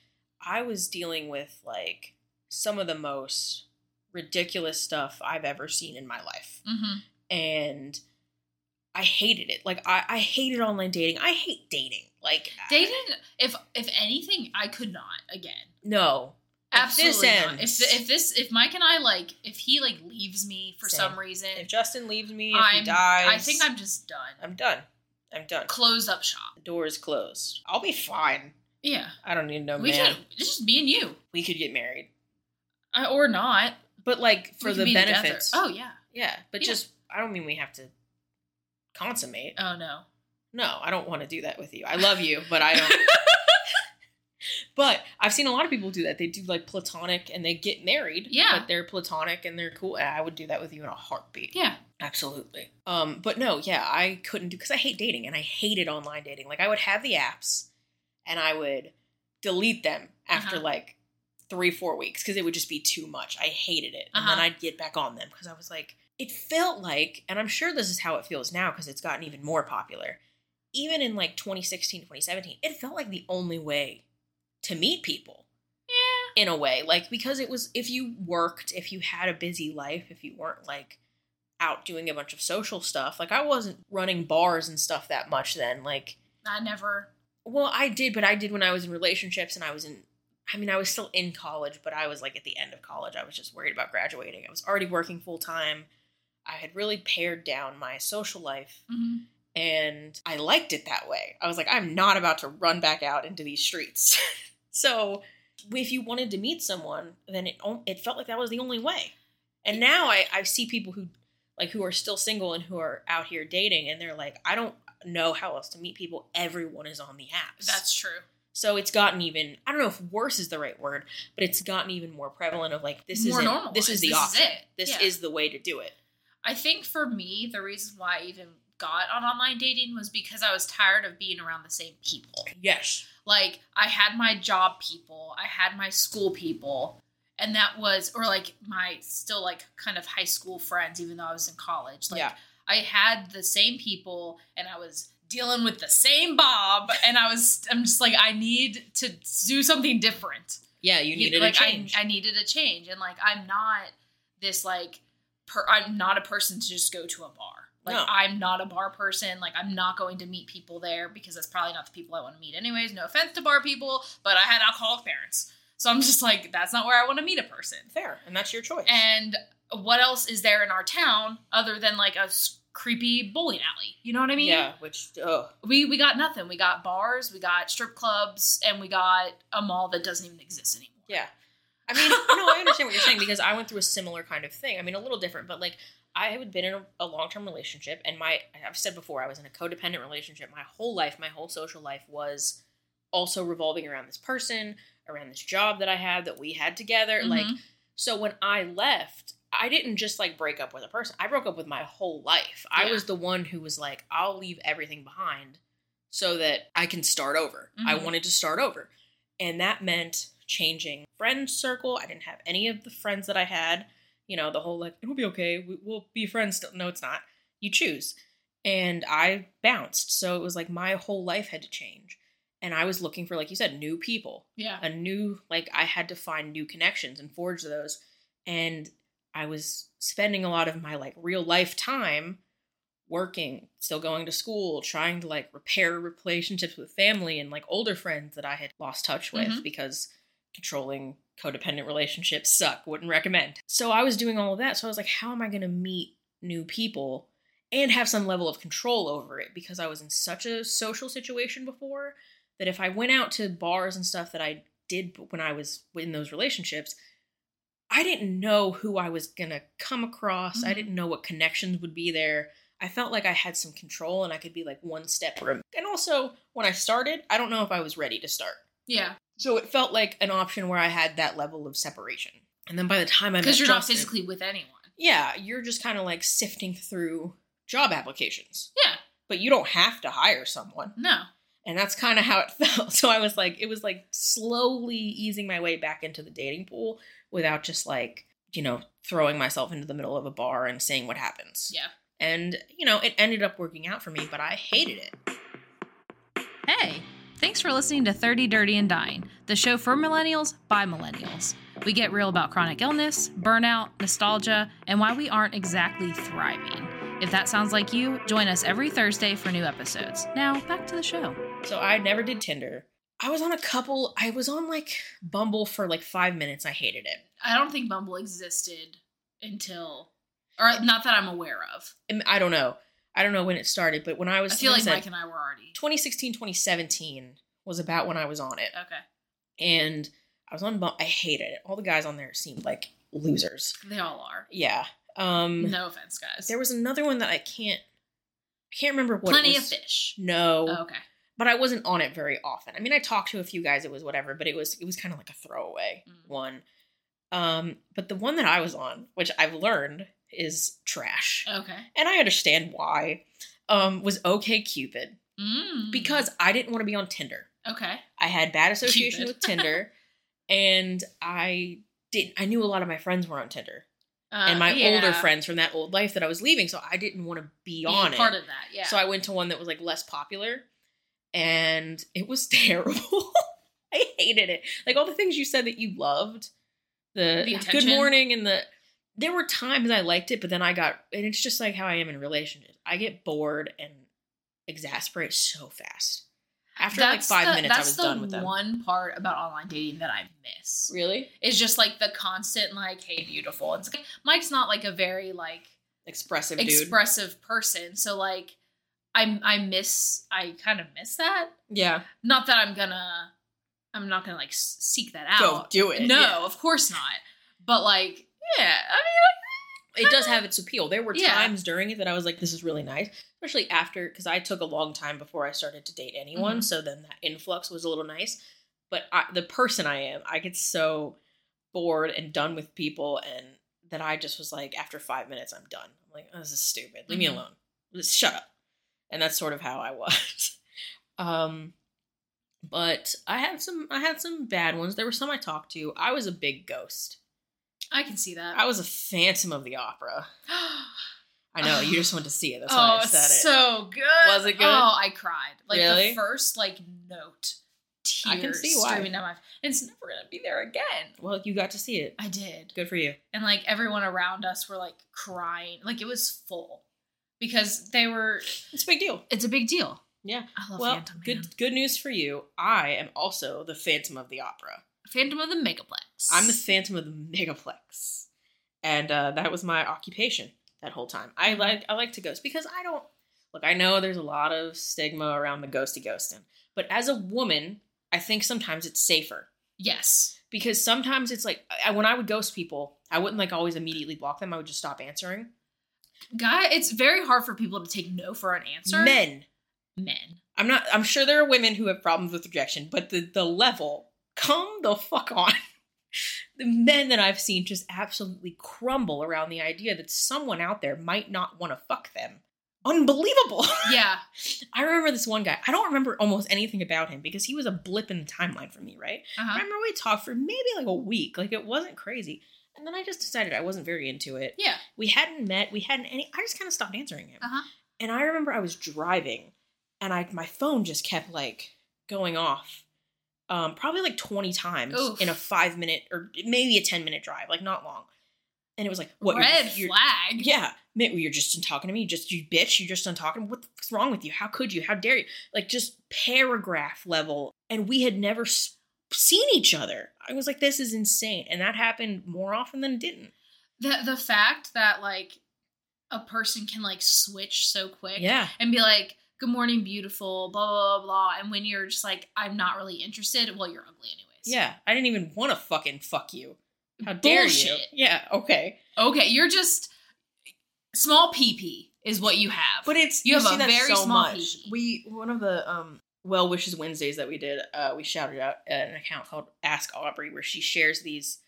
S1: i was dealing with like some of the most ridiculous stuff i've ever seen in my life
S2: Mhm.
S1: and i hated it like i, I hated online dating i hate dating like I-
S2: dating. If if anything, I could not again.
S1: no If this
S2: Absolutely not.
S1: ends-
S2: If if this if Mike and I like if he like leaves me for
S1: Same.
S2: some reason,
S1: If Justin leaves me, if
S2: I'm-
S1: he dies,
S2: I think I'm just done.
S1: I'm done. I'm done.
S2: Close up shop.
S1: The door is closed. I'll be fine.
S2: Yeah,
S1: I don't need no
S2: we
S1: Oh, man.
S2: could. It's just me and you,
S1: We could get married,
S2: I, or not
S1: but like for
S2: We could
S1: the
S2: be together.
S1: benefits.
S2: Oh yeah.
S1: yeah, but
S2: Yeah.
S1: just I don't mean we have to consummate.
S2: Oh no.
S1: No, I don't want to do that with you. I love you, but I don't. but I've seen a lot of people do that. They do like platonic and they get married.
S2: Yeah.
S1: but they're platonic and they're cool. And I would do that with you in a heartbeat.
S2: Yeah.
S1: Absolutely. Um, but no, yeah, I couldn't do because I hate dating and I hated online dating. Like I would have the apps and I would delete them after
S2: Uh-huh.
S1: like three, four weeks because it would just be too much. I hated it. And
S2: Uh-huh.
S1: then I'd get back on them because I was like, it felt like, and I'm sure this is how it feels now because it's gotten even more popular. Even in like 2016, 2017, it felt like the only way to meet people
S2: Yeah.
S1: in a way like because it was if you worked if you had a busy life if you weren't like out doing a bunch of social stuff like i wasn't running bars and stuff that much then like
S2: I never.
S1: well i did but i did when i was in relationships and i was in i mean i was still in college but i was like at the end of college i was just worried about graduating i was already working full time i had really pared down my social life
S2: mhm.
S1: And I liked it that way. I was like, I'm not about to run back out into these streets. so if you wanted to meet someone, then it on- it felt like that was the only way. And now I, I see people who like who are still single and who are out here dating and they're like, I don't know how else to meet people. Everyone is on the apps.
S2: That's true.
S1: So it's gotten even I don't know if worse is the right word, but it's gotten even more prevalent of like this
S2: More
S1: is
S2: normalized.
S1: this is the
S2: This is
S1: option.
S2: it.
S1: This
S2: Yeah.
S1: is the way to do it.
S2: I think for me, the reason why I even got on online dating was because I was tired of being around the same people.
S1: Yes.
S2: Like, I had my job people, I had my school people, and that was, or like my still like kind of high school friends, even though I was in college. Like,
S1: Yeah.
S2: I had the same people, and I was dealing with the same Bob, and I was, I'm just like, I need to do something different
S1: Yeah, you needed
S2: like,
S1: a change.
S2: I, I needed a change, and like I'm not this like per, I'm not a person to just go to a bar. Like
S1: No.
S2: I'm not a bar person. Like I'm not going to meet people there because that's probably not the people I want to meet anyways. No offense to bar people, but I had alcoholic parents, so I'm just like that's not where I want to meet a person.
S1: Fair, and that's your choice.
S2: And what else is there in our town other than like a s- creepy bowling alley? You know what I mean?
S1: yeah, which oh
S2: We we got nothing. We got bars, we got strip clubs, and we got a mall that doesn't even exist anymore.
S1: Yeah. I mean, no, I understand what you're saying because I went through a similar kind of thing. I mean, a little different, but like I had been in a, a long term relationship, and my I've said before I was in a codependent relationship. My whole life, my whole social life was also revolving around this person, around this job that I had that we had together. Like,
S2: Mhm.
S1: so when I left, I didn't just like break up with a person. I broke up with my whole life. I
S2: Yeah.
S1: was the one who was like, I'll leave everything behind so that I can start over. I
S2: Mhm.
S1: wanted to start over. And that meant changing friend circle. I didn't have any of the friends that I had. You know, the whole like, it'll be okay. We- We'll be friends. Still. No, it's not. You choose. And I bounced. So it was like my whole life had to change. And I was looking for, like you said, new people
S2: yeah.
S1: a new like I had to find new connections and forge those and I was spending a lot of my like real life time working, still going to school, trying to like repair relationships with family and like older friends that I had lost touch with
S2: Mhm.
S1: because controlling codependent relationships suck, wouldn't recommend. So I was doing all of that. So I was like, how am I going to meet new people and have some level of control over it? Because I was in such a social situation before that if I went out to bars and stuff that I did when I was in those relationships, I didn't know who I was going to come across. I
S2: Mhm.
S1: didn't know what connections would be there. I felt like I had some control and I could be like one step removed. And also, when I started, I don't know if I was ready to start.
S2: Yeah,
S1: So it felt like an option where I had that level of separation. And then by the time I met
S2: because you're not
S1: Justin-
S2: physically with anyone.
S1: yeah, you're just kind of like sifting through job applications,
S2: Yeah,
S1: but you don't have to hire someone,
S2: no,
S1: and that's kind of how it felt. So I was like, it was like slowly easing my way back into the dating pool without just like you know throwing myself into the middle of a bar and seeing what happens.
S2: yeah.
S1: And you know, it ended up working out for me, but I hated it.
S2: Hey, thanks for listening to 30 Dirty and Dying, the show for millennials by millennials. We get real about chronic illness, burnout, nostalgia, and why we aren't exactly thriving. If that sounds like you, join us every Thursday for new episodes. Now, back to the show.
S1: So I never did Tinder. I was on a couple. I was on like Bumble for like five minutes. I hated it.
S2: I don't think Bumble existed until, or not that I'm aware of.
S1: And I don't know. I don't know when it started, but when I was,
S2: I feel like
S1: I
S2: Mike
S1: said,
S2: and I were already.
S1: 2016, 2017 was about when I was on it,
S2: Okay.
S1: and I was on. Bum- I hated it. All the guys on there seemed like losers.
S2: They all are.
S1: Yeah. Um.
S2: No offense, guys.
S1: There was another one that I can't. I can't remember what. it
S2: Plenty of
S1: was.
S2: fish.
S1: No.
S2: Oh, okay.
S1: but I wasn't on it very often. I mean, I talked to a few guys. It was whatever, but it was it was kind of like a throwaway
S2: Mm.
S1: one. Um, but the one that I was on, which I've learned is trash,
S2: Okay.
S1: and I understand why, um, was OK Cupid
S2: Mm.
S1: because I didn't want to be on Tinder.
S2: Okay.
S1: I had bad association
S2: Cupid.
S1: with Tinder, and I didn't. I knew a lot of my friends were on Tinder,
S2: Uh,
S1: and my
S2: yeah.
S1: older friends from that old life that I was leaving. So I didn't want to be, on
S2: being
S1: it.
S2: part of that. Yeah.
S1: So I went to one that was like less popular and it was terrible. I hated it. Like all the things you said that you loved, the,
S2: The
S1: good
S2: attention.
S1: morning and the there were times I liked it, but then I got and it's just like how I am in relationships. I get bored and exasperate so fast. After
S2: That's
S1: like five
S2: the-
S1: minutes I
S2: that's
S1: was
S2: the
S1: done with them.
S2: One part about online dating that I miss
S1: Really?
S2: is just like the constant like, "Hey, beautiful." It's like, Mike's not like a very like
S1: Expressive dude.
S2: expressive person, so like I I miss I kind of miss that.
S1: Yeah.
S2: Not that I'm gonna I'm not gonna like s- seek that
S1: Go
S2: out.
S1: do it.
S2: no,
S1: Yeah.
S2: of course not. But like, yeah, I mean,
S1: It does have its appeal. There were
S2: Yeah.
S1: times during it that I was like, this is really nice. Especially after, because I took a long time before I started to date anyone.
S2: Mhm.
S1: So then that influx was a little nice. But I, the person I am, I get so bored and done with people. And that I just was like, after five minutes, I'm done. I'm like, oh, this is stupid. Leave me
S2: Mhm.
S1: alone. Just shut up. And that's sort of how I was. um, but I had some, I had some bad ones. There were some I talked to. I was a big ghost.
S2: I can see that.
S1: I was a phantom of the opera. I know you just went to see it. That's why
S2: oh,
S1: I said it.
S2: so good.
S1: Was it good?
S2: Oh, I cried. Like
S1: Really?
S2: the first like note, tears
S1: I can see why.
S2: streaming down my. It's never gonna be there again.
S1: well, you got to see it.
S2: I did,
S1: Good for you.
S2: and like everyone around us were like crying. Like it was full because they were.
S1: It's a big deal.
S2: It's a big deal.
S1: Yeah.
S2: I love
S1: well,
S2: Phantom.
S1: good
S2: man.
S1: good news for you. I am also the Phantom of the Opera.
S2: Phantom of the Megaplex.
S1: I'm the Phantom of the Megaplex, and uh, that was my occupation that whole time. I
S2: Mm-hmm.
S1: like I like to ghost because I don't look. I know there's a lot of stigma around the ghosty ghosting, but as a woman, I think sometimes it's safer
S2: yes.
S1: because sometimes it's like I, when I would ghost people, I wouldn't like always immediately block them. I would just stop answering.
S2: Guy, it's very hard for people to take no for an answer.
S1: Men.
S2: Men.
S1: I'm not. I'm sure there are women who have problems with rejection, but the the level, come the fuck on. the men that I've seen just absolutely crumble around the idea that someone out there might not want to fuck them. Unbelievable.
S2: Yeah.
S1: I remember this one guy. I don't remember almost anything about him because he was a blip in the timeline for me, right? I
S2: Uh-huh.
S1: remember we talked for maybe like a week. Like it wasn't crazy. And then I just decided I wasn't very into it.
S2: Yeah.
S1: We hadn't met. We hadn't any. I just kind of stopped answering him.
S2: Uh-huh.
S1: And I remember I was driving, and I my phone just kept like going off, um, probably like twenty times
S2: Oof.
S1: in a five minute or maybe a ten minute drive, like not long. And it was like, what? you're-
S2: Red
S1: you're-
S2: flag.
S1: Yeah, Mitt, you're just done talking to me. You Just you, bitch. You just done talking. What the fuck's wrong with you? How could you? How dare you? Like just paragraph level, and we had never s- seen each other. I was like, this is insane, and that happened more often than it didn't.
S2: The the fact that like a person can like switch so quick
S1: Yeah,
S2: and be like, good morning, beautiful, blah, blah, blah, blah. And when you're just like, I'm not really interested, well, you're ugly anyways.
S1: yeah. I didn't even want to fucking fuck you. How dare you?
S2: Bullshit.
S1: Yeah, okay.
S2: Okay, you're just small PP is what you have.
S1: But it's
S2: You have a very small pinky.
S1: We one of the um well wishes Wednesdays that we did, uh, we shouted out an account called Ask Aubrey where she shares these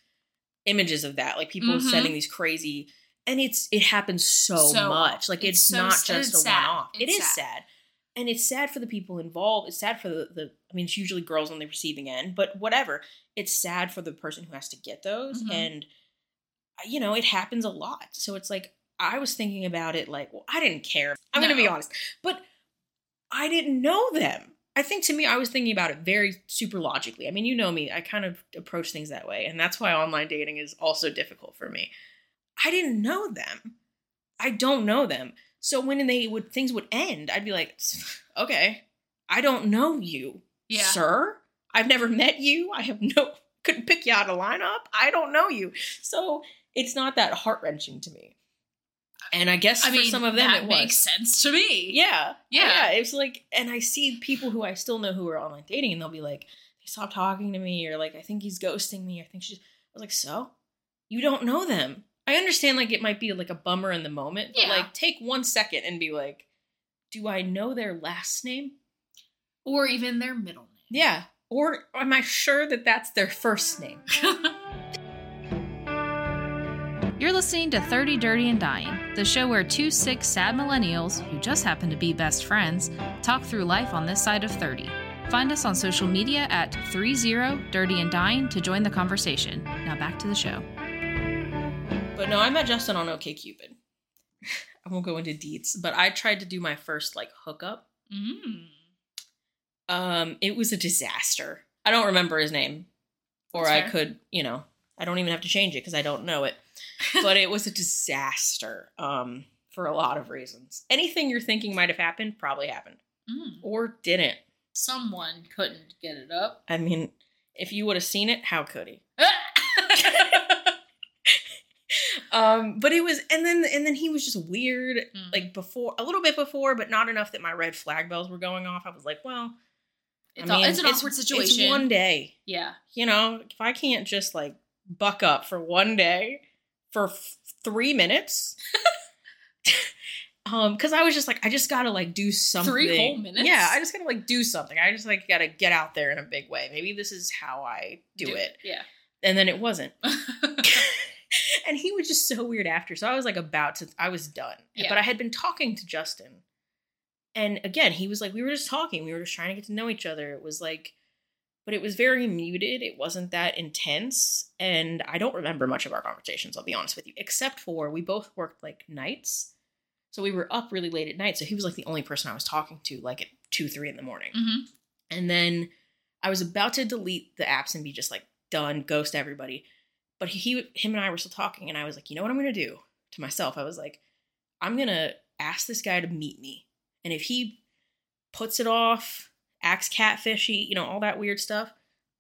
S1: images of that, like people
S2: Mhm.
S1: sending these crazy, and it's it happens so,
S2: So-
S1: much. Like it's,
S2: it's so
S1: not
S2: s- and
S1: just a
S2: it's sad.
S1: one off. It
S2: It's
S1: is sad.
S2: sad.
S1: and it's sad for the people involved. It's sad for the the. I mean, it's usually girls on the receiving end, but whatever. It's sad for the person who has to get those,
S2: Mhm.
S1: and you know it happens a lot. So it's like I was thinking about it, like, well, I didn't care. I'm gonna be
S2: No.
S1: honest, but I didn't know them. I think to me, I was thinking about it very super logically. I mean, you know me, I kind of approach things that way. And that's why online dating is also difficult for me. I didn't know them. I don't know them. So when they would things would end, I'd be like, okay, I don't know you,
S2: yeah.
S1: sir. I've never met you. I have no couldn't pick you out of lineup. I don't know you. So it's not that heart wrenching to me. And I guess
S2: I
S1: for
S2: mean,
S1: some of them
S2: that
S1: it was.
S2: makes sense to me.
S1: Yeah.
S2: Yeah.
S1: It's like, and I see people who I still know who are online dating and they'll be like, they stop talking to me or like, I think he's ghosting me. I think she's, I was like, so? You don't know them. I understand like it might be like a bummer in the moment, but
S2: Yeah.
S1: like take one second and be like, do I know their last name?
S2: Or even their middle name.
S1: Yeah. Or am I sure that that's their first name?
S2: You're listening to 30 Dirty and Dying, the show where two sick, sad millennials, who just happen to be best friends, talk through life on this side of 30. Find us on social media at 30 Dirty and Dying to join the conversation. Now back to the show.
S1: But no, I met Justin on OKCupid. I won't go into deets, but I tried to do my first like hookup
S2: Mm.
S1: Um, it was a disaster. I don't remember his name, or
S2: That's
S1: I
S2: fair.
S1: could, you know, I don't even have to change it because I don't know it. But it was a disaster. Um, for a lot of reasons. Anything you're thinking might have happened probably happened
S2: Mm-hmm.
S1: or didn't.
S2: Someone couldn't get it up.
S1: I mean,
S2: Ah!
S1: if you would have seen it, how could he? Um, but it was, and then and then he was just weird,
S2: Mm.
S1: Mm-hmm. like before, a little bit before, but not enough that my red flag bells were going off. I was like, well,
S2: it's,
S1: I
S2: all,
S1: mean,
S2: it's an awkward situation.
S1: It's one day,
S2: yeah,
S1: you know. If I can't just like buck up for one day for f- three minutes, um, because I was just like, I just gotta like do something.
S2: whole minutes?
S1: Yeah, I just gotta like do something. I just like gotta get out there in a big way. Maybe this is how I do, it.
S2: Yeah.
S1: And then it wasn't. and he was just so weird after. So I was like about to, I was done.
S2: Yeah.
S1: But I had been talking to Justin. And again, he was like, we were just talking. We were just trying to get to know each other. It was like, but it was very muted. It wasn't that intense. And I don't remember much of our conversations, I'll be honest with you, except for we both worked like nights. So we were up really late at night. So he was like the only person I was talking to, like at two, three in the morning.
S2: Mhm.
S1: And then I was about to delete the apps and be just like done, ghost everybody. But he, him, and I were still talking, and I was like, you know what I'm gonna do to myself? I was like, I'm gonna ask this guy to meet me, and if he puts it off, acts catfishy, you know, all that weird stuff,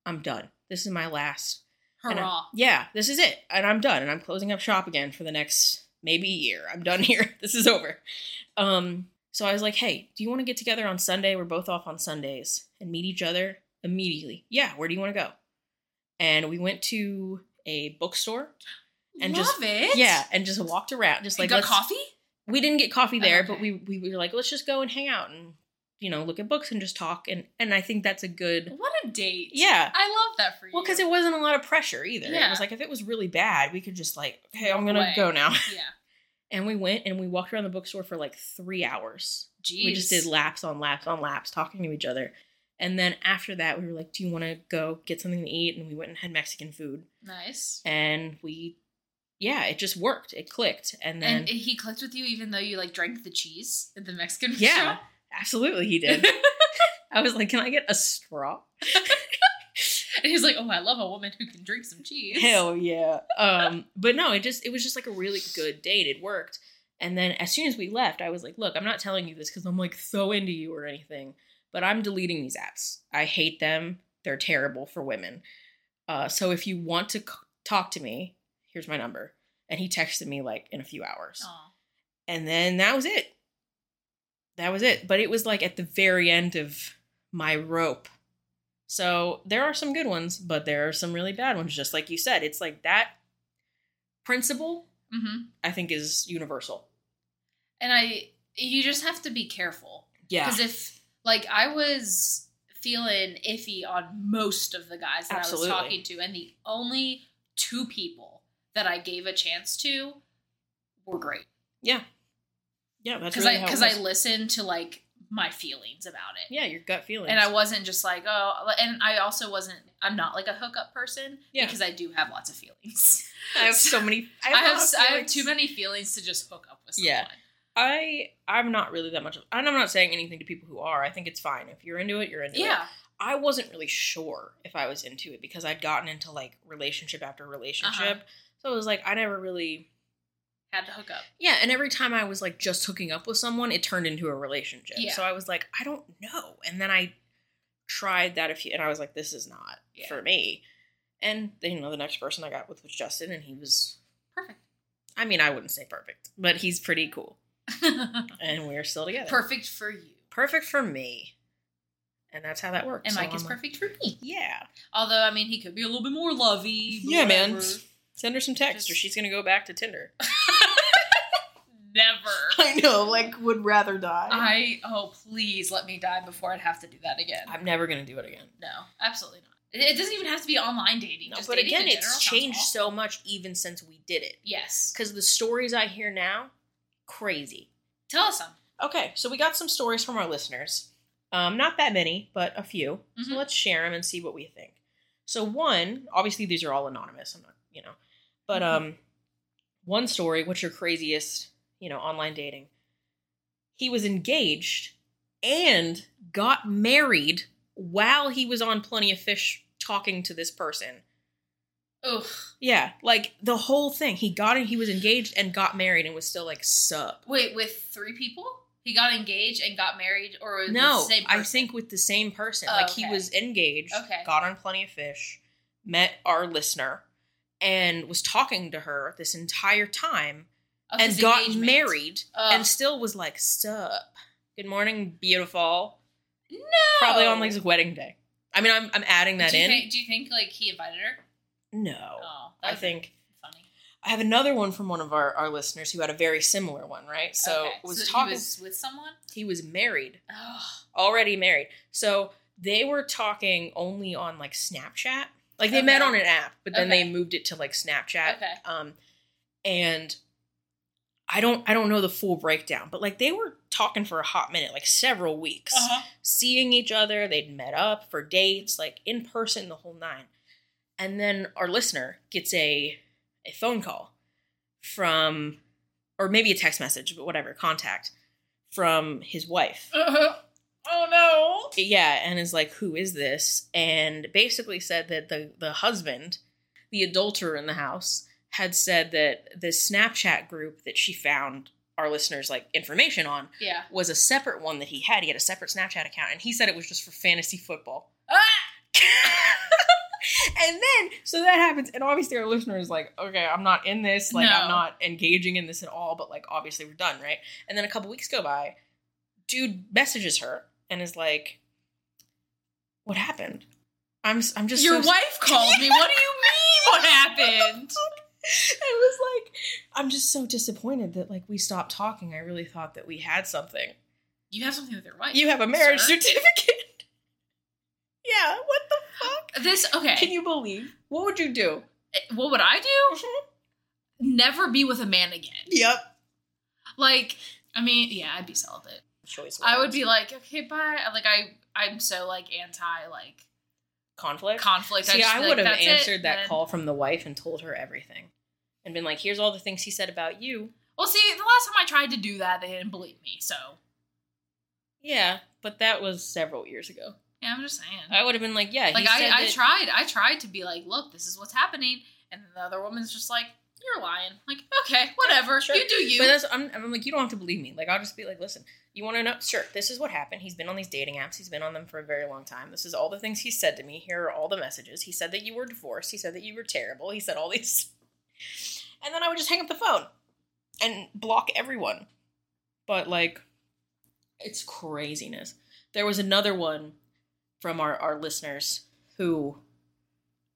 S1: I'm done. This is my last. and I'm-
S2: Hurrah.
S1: yeah, this is it, and I'm done, and I'm closing up shop again for the next maybe year. I'm done here. this is over. Um, so I was like, hey, do you want to get together on Sunday? We're both off on Sundays and meet each other immediately. Yeah, where do you want to go? And we went to a bookstore. and
S2: Love
S1: just-
S2: it.
S1: Yeah, and just walked around. Just
S2: Like
S1: like
S2: got
S1: let's-
S2: coffee?
S1: we didn't get coffee
S2: Oh,
S1: there,
S2: okay.
S1: but we we were like, let's just go and hang out and you know look at books and just talk. And and I think that's a good
S2: What a date.
S1: yeah.
S2: I love that for you.
S1: Well, because it wasn't a lot of pressure either. It
S2: Yeah.
S1: was like if it was really bad, we could just like, hey, I'm
S2: Walk
S1: gonna
S2: away.
S1: go now.
S2: Yeah.
S1: And we went and we walked around the bookstore for like three hours.
S2: Jeez.
S1: We just did laps on laps on laps, talking to each other. And then after that, we were like, "Do you want to go get something to eat?" And we went and had Mexican food.
S2: Nice.
S1: And we, yeah, it just worked. It clicked. And then
S2: And he clicked with you even though you like drank the cheese at the Mexican
S1: Yeah,
S2: restaurant?
S1: absolutely, he did. I was like, "Can I get a straw?"
S2: And he's like, Oh, I love a woman who can drink some cheese.
S1: Hell yeah. Um, but no, it just it was just like a really good date. It worked. And then as soon as we left, I was like, "Look, I'm not telling you this because I'm like so into you or anything, but I'm deleting these apps. I hate them. They're terrible for women. Uh, so if you want to c- talk to me, here's my number." And he texted me like in a few hours.
S2: Aw.
S1: and then that was it. That was it. But it was like at the very end of my rope. So there are some good ones, but there are some really bad ones. Just like you said, it's like that principle
S2: Mhm.
S1: I think is universal.
S2: And I you just have to be careful.
S1: Yeah,
S2: Because if like I was feeling iffy on most of the guys that I
S1: Absolutely.
S2: was talking to, and the only two people that I gave a chance to were great
S1: yeah, that's
S2: because
S1: really
S2: I
S1: how it
S2: because I
S1: was.
S2: listened to like my feelings about it.
S1: yeah your gut feelings
S2: And I wasn't just like, oh, and I also wasn't, I'm not like a hookup person
S1: Yeah.
S2: because I do have lots of feelings.
S1: I have so many. I
S2: I have,
S1: have, a lot of
S2: I have
S1: feelings.
S2: too many feelings to just hook up with someone.
S1: Yeah. I I'm not really that much. Of, and I'm not saying anything to people who are. I think it's fine if you're into it. You're into it.
S2: Yeah.
S1: I wasn't really sure if I was into it because I'd gotten into like relationship after relationship. So it was like I never really
S2: Had to hook up.
S1: Yeah, and every time I was like just hooking up with someone, it turned into a relationship.
S2: Yeah.
S1: So I was like, I don't know. And then I tried that a few and I was like, this is not
S2: Yeah.
S1: for me. And then you know, the next person I got with was Justin and he was
S2: Perfect.
S1: I mean, I wouldn't say perfect, but he's pretty cool. And we're still together.
S2: perfect for you.
S1: perfect for me. And that's how that works.
S2: And
S1: So
S2: Mike
S1: I'm
S2: is
S1: like,
S2: perfect for me.
S1: Yeah.
S2: Although, I mean, he could be a little bit more lovey. but
S1: Yeah, man.
S2: whatever.
S1: Send her some text, or
S2: Just-
S1: she's gonna go back to Tinder.
S2: Never.
S1: I know, like, would rather die. I,
S2: I, oh, please let me die before I'd have to do that again.
S1: am never gonna do it again.
S2: no, absolutely not. It, it doesn't even have to be online dating.
S1: No,
S2: just
S1: but
S2: dating
S1: again,
S2: in general
S1: it's
S2: sounds
S1: changed
S2: awful.
S1: so much even since we did it.
S2: Yes.
S1: Because the stories I hear now, crazy.
S2: Tell us some.
S1: Okay, so we got some stories from our listeners. Um, not that many, but a few. So
S2: Mhm.
S1: let's share them and see what we think. So one, obviously these are all anonymous. I'm not, you know, but um, one story. What's your craziest, you know, online dating? He was engaged and got married while he was on Plenty of Fish talking to this person.
S2: Ugh.
S1: Yeah, like the whole thing. He got it. He was engaged and got married and was still like sub.
S2: Wait, with three people? He got engaged and got married, or was it
S1: No,
S2: the same
S1: I
S2: person?
S1: think with the same person.
S2: Oh,
S1: like he
S2: okay.
S1: was engaged,
S2: Okay.
S1: got on Plenty of Fish, met our listener, and was talking to her this entire time
S2: Oh, 'cause
S1: and got
S2: engagement. Oh.
S1: married
S2: Ugh.
S1: and still was like, sup. Good morning, beautiful.
S2: no,
S1: Probably on like his wedding day. I mean, I'm, I'm adding that
S2: do you
S1: in.
S2: Think, do you think like he invited her?
S1: no.
S2: Oh, that
S1: I
S2: would've
S1: think
S2: been funny.
S1: I have another one from one of our, our listeners who had a very similar one, right? So
S2: Okay.
S1: was
S2: So he
S1: talking
S2: was with someone.
S1: he was married,
S2: Oh,
S1: already married. So they were talking only on like Snapchat. Like they met
S2: Okay.
S1: on an app, but then
S2: Okay.
S1: they moved it to like Snapchat.
S2: Okay.
S1: Um and I don't I don't know the full breakdown, but like they were talking for a hot minute, like several weeks
S2: uh-huh.
S1: seeing each other. They'd met up for dates, like in person, the whole nine. And then our listener gets a a phone call from, or maybe a text message, but whatever contact from his wife.
S2: Uh-huh. Oh no.
S1: Yeah, and is like, "Who is this?" And basically said that the the husband, the adulterer in the house, had said that the Snapchat group that she found our listeners like information on
S2: Yeah.
S1: was a separate one that he had. He had a separate Snapchat account, and he said it was just for fantasy football.
S2: Ah!
S1: and then, so that happens, and obviously our listener is like, "Okay, I'm not in this. Like,
S2: No.
S1: I'm not engaging in this at all." But like, obviously, we're done, right? And then a couple weeks go by, dude messages her and is like, "What happened? I'm s- I'm just
S2: Your
S1: so
S2: wife called me. What do you mean? What happened?
S1: I was like, I'm just so disappointed that like we stopped talking. I really thought that we had something."
S2: You have something with your wife.
S1: You have a marriage
S2: sir.
S1: certificate. yeah, what the fuck?
S2: This okay. Eh,
S1: Can you believe? What would you do?
S2: what would I do? Never be with a man again.
S1: Yep.
S2: Like, I mean, yeah, I'd be celibate.
S1: Choice.
S2: I would be like, okay, bye. Like, I, I'm so like anti like
S1: conflict.
S2: conflict.
S1: See,
S2: just
S1: I
S2: be like,
S1: would have
S2: "That's it,"
S1: answered that
S2: and-
S1: call from the wife and told her everything, and been like, "Here's all the things he said about you."
S2: Well, see, the last time I tried to do that, they didn't believe me. So
S1: Yeah, but that was several years ago.
S2: yeah, I'm just saying.
S1: I would have been like, Oh, "Yeah, he
S2: like,
S1: said
S2: I, I
S1: that-
S2: tried, I tried to be like, look, this is what's happening, and the other woman's just like, you're lying. Like, okay, whatever,
S1: sure.
S2: you do you.
S1: But that's I'm, I'm like, you don't have to believe me. Like I'll just be like, listen, you want to know? Sure, this is what happened. He's been on these dating apps. He's been on them for a very long time. This is all the things he said to me. Here are all the messages. He said that you were divorced. He said that you were terrible. He said all these. And then I would just hang up the phone and block everyone. But like, it's craziness. There was another one from our our listeners who,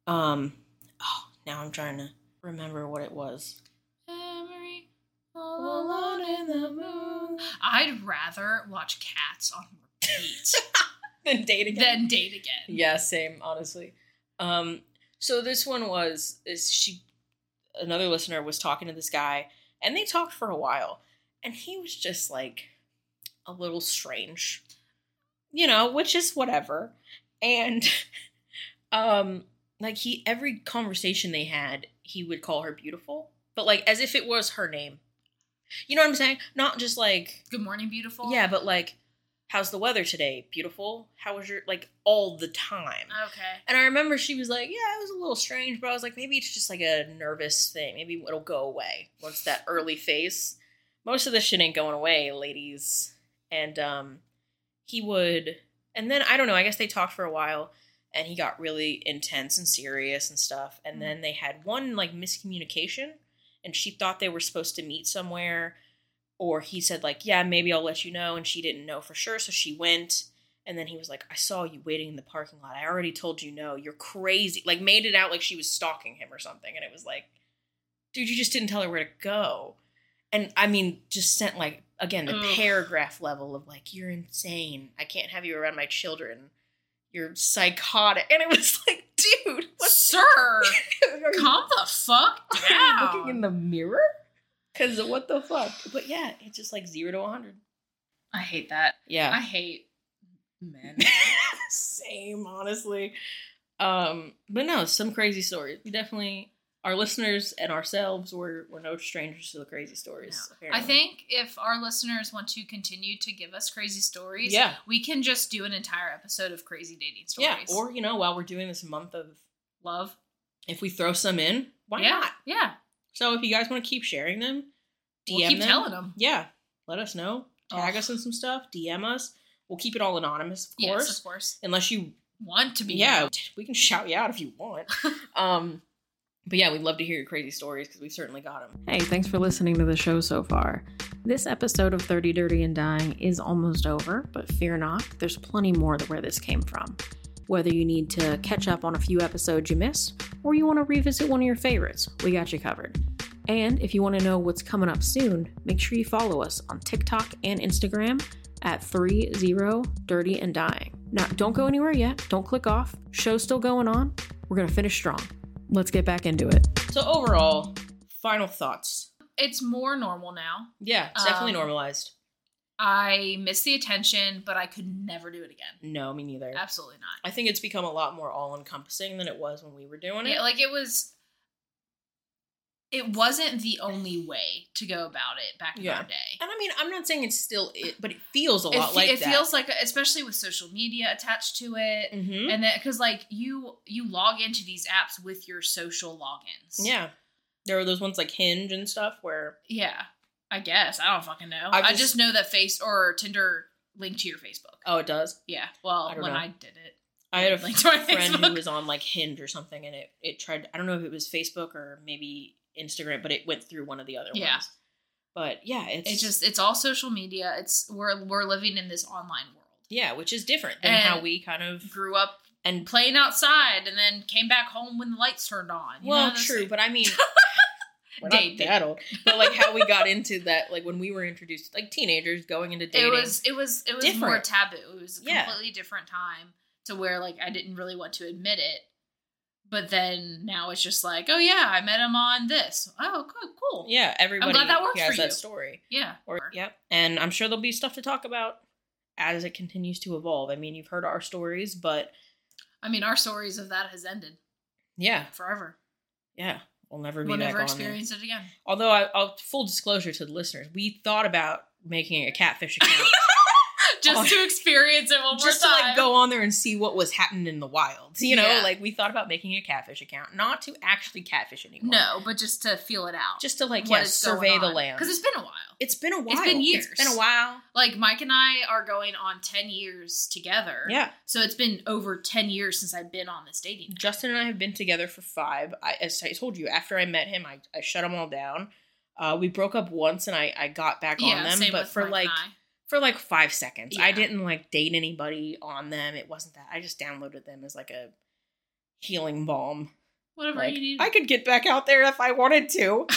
S1: um, oh, now I'm trying to remember what it was.
S2: Memory all alone in the moon. I'd rather watch cats on repeat
S1: Then dating.
S2: than date again.
S1: Yeah, same, honestly. Um, so this one was is she another listener was talking to this guy and they talked for a while and he was just like a little strange. You know, which is whatever. And um like he every conversation they had, he would call her beautiful, but like as if it was her name. You know what I'm saying? Not just like
S2: Good morning, beautiful.
S1: yeah, but like, how's the weather today? Beautiful. How was your like all the time?
S2: Okay.
S1: And I remember she was like, "Yeah, it was a little strange, but I was like, maybe it's just like a nervous thing. Maybe it'll go away once that early phase. Most of this shit ain't going away, ladies." And um, he would, and then I don't know. I guess they talked for a while, and he got really intense and serious and stuff. And then they had one like miscommunication, and she thought they were supposed to meet somewhere, or he said like, "Yeah, maybe I'll let you know," and she didn't know for sure, so she went. And then he was like, I saw you waiting in the parking lot. I already told you no. You're crazy. Like, made it out like she was stalking him or something. And it was like, dude, you just didn't tell her where to go. And I mean, just sent like, again, the
S2: Ugh.
S1: paragraph level of like, you're insane. I can't have you around my children. You're psychotic. And it was like, dude, what
S2: Sir,
S1: are you,
S2: calm the fuck
S1: are you
S2: down.
S1: looking in the mirror? Because what the fuck? But yeah, it's just like zero to 100.
S2: I hate that.
S1: Yeah.
S2: I hate men.
S1: Same, honestly. Um, but no, some crazy stories. We definitely our listeners and ourselves were were no strangers to the crazy stories.
S2: No. I
S1: apparently.
S2: think if our listeners want to continue to give us crazy stories,
S1: Yeah.
S2: we can just do an entire episode of crazy dating stories.
S1: Yeah, or you know, while we're doing this month of
S2: love.
S1: if we throw some in, why
S2: yeah.
S1: not?
S2: Yeah.
S1: So if you guys want to keep sharing them, DM
S2: we'll keep
S1: them.
S2: telling them.
S1: Yeah. Let us know. Tag
S2: Ugh.
S1: us in some stuff, DM us. We'll keep it all anonymous, of course.
S2: Yes, of course.
S1: Unless you
S2: Want to be
S1: yeah, we can shout you out if you want. um But yeah, we'd love to hear your crazy stories because we've certainly got them.
S4: Hey, thanks for listening to the show so far. This episode of 30 Dirty and Dying is almost over, but fear not, there's plenty more to where this came from. Whether you need to catch up on a few episodes you missed, or you want to revisit one of your favorites, we got you covered. And if you want to know what's coming up soon, make sure you follow us on TikTok and Instagram at 30dirty and dying. Now, don't go anywhere yet. Don't click off. Show's still going on. We're going to finish strong. Let's get back into it.
S1: So overall, final thoughts.
S2: It's more normal now.
S1: Yeah, it's definitely
S2: Um,
S1: normalized.
S2: I miss the attention, but I could never do it again.
S1: No, me neither.
S2: Absolutely not.
S1: I think it's become a lot more all encompassing than it was when we were doing it.
S2: Yeah, like it was it wasn't the only way to go about it back in
S1: Yeah.
S2: our day.
S1: and I mean, I'm not saying it's still it, but it feels a
S2: It,
S1: lot
S2: fe-
S1: like
S2: it
S1: that.
S2: feels like especially with social media attached to it
S1: hmm
S2: and then because like you you log into these apps with your social logins
S1: Yeah, there are those ones like Hinge and stuff where
S2: yeah i guess i don't fucking know
S1: I
S2: i just,
S1: just-
S2: know that face or tinder linked to your facebook
S1: oh, it does.
S2: yeah well
S1: I don't
S2: when
S1: know.
S2: i did it
S1: I had a
S2: Like to my
S1: friend who
S2: Facebook.
S1: was on like Hinge or something, and it it tried. I don't know if it was Facebook or maybe Instagram, but it went through one of the other
S2: Yeah.
S1: ones. But yeah, it's
S2: it's just it's all social media it's we're we're living in this online world
S1: yeah, which is different than
S2: And-
S1: how we kind of
S2: grew up
S1: and
S2: playing outside and then came back home when the lights turned on you know,
S1: well,
S2: that's-
S1: true, but I mean. We're
S2: Dating.
S1: not that old, but like how we got into that, like when we were introduced, like teenagers going into dating.
S2: it was it was it was more
S1: Different.
S2: taboo it was a
S1: Yeah.
S2: completely different time to where like i didn't really want to admit it but then now it's just like oh yeah i met him on this oh cool cool
S1: yeah, everybody
S2: glad that worked
S1: has
S2: for
S1: that
S2: you.
S1: story.
S2: yeah
S1: Or yep, and I'm sure there'll be stuff to talk about as it continues to evolve. I mean, you've heard our stories, but
S2: i mean our stories of that has ended
S1: yeah,
S2: forever
S1: yeah, we'll never be
S2: we'll
S1: back
S2: never
S1: on there.
S2: experience it again
S1: Although, I, I'll full disclosure to the listeners, we thought about making a catfish account
S2: just
S1: Oh.
S2: to experience it one
S1: just to
S2: more time
S1: like go on there and see what was happening in the wild. You know,
S2: Yeah.
S1: like we thought about making a catfish account, not to actually catfish anyone.
S2: no but just to feel it out
S1: just to like yeah, survey the land.
S2: because it's been a while
S1: it's been a while.
S2: it's been years.
S1: It's been a while.
S2: like mike and i are going on 10 years together
S1: Yeah,
S2: so it's been over 10 years since i've been on this dating app.
S1: Justin and I have been together for five. I, as I told you, after I met him, I, I shut them all down. Uh, we broke up once, and I, I got back on them, but
S2: with
S1: for
S2: Mike
S1: like
S2: and I.
S1: for like five seconds. I
S2: Yeah.
S1: didn't like date anybody on them. It wasn't that. I just downloaded them as like a healing balm.
S2: whatever
S1: Like
S2: you need.
S1: I could get back out there if I wanted to,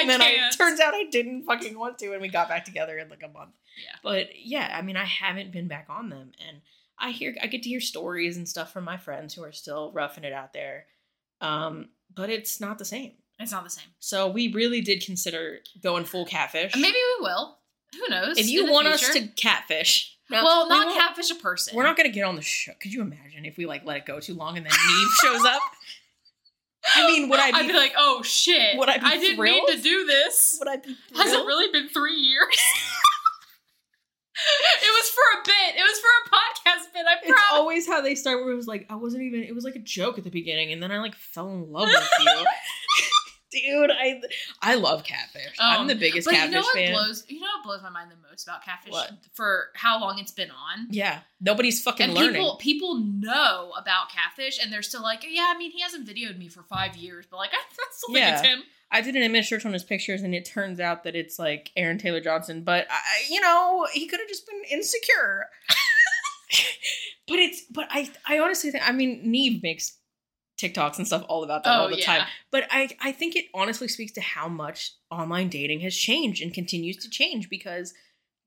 S1: and then I
S2: can't.
S1: turns out I didn't fucking want to, and we got back together in like a month.
S2: Yeah.
S1: But yeah, I mean, I haven't been back on them, and I hear I get to hear stories and stuff from my friends who are still roughing it out there, um, but it's not the same.
S2: It's not the same.
S1: So we really did consider going full catfish.
S2: Maybe we will. Who knows?
S1: if
S2: in
S1: you
S2: the
S1: want us
S2: future.
S1: to catfish, No,
S2: well,
S1: we
S2: not
S1: won't-
S2: catfish a person.
S1: We're not gonna get on the show. Could you imagine if we like let it go too long and then Neve shows up? I mean, would I be,
S2: I'd be like, oh shit!
S1: Would I be
S2: didn't
S1: thrilled?
S2: mean to do this.
S1: would I be
S2: Has it
S1: thrilled?
S2: really been three years? it was for a bit. It was for a podcast bit. I
S1: It's
S2: promise.
S1: always how they start where it was like, I wasn't even it was like a joke at the beginning and then I like fell in love with you. Dude, I I love catfish. I'm
S2: Um,
S1: the biggest
S2: but you
S1: catfish
S2: know what
S1: fan.
S2: blows? You know what blows my mind the most about catfish
S1: What?
S2: for how long it's been on.
S1: yeah. Nobody's fucking
S2: and
S1: learning.
S2: people people know about catfish and they're still like yeah i mean he hasn't videoed me for five years but like i still think it's
S1: Yeah.
S2: him
S1: I did an image search on his pictures and it turns out that it's like Aaron Taylor Johnson, but I, I- you know, he could have just been insecure. but it's but I I honestly think I mean Neve makes TikToks and stuff all about that
S2: Oh,
S1: all the
S2: yeah.
S1: time. But I I think it honestly speaks to how much online dating has changed and continues to change because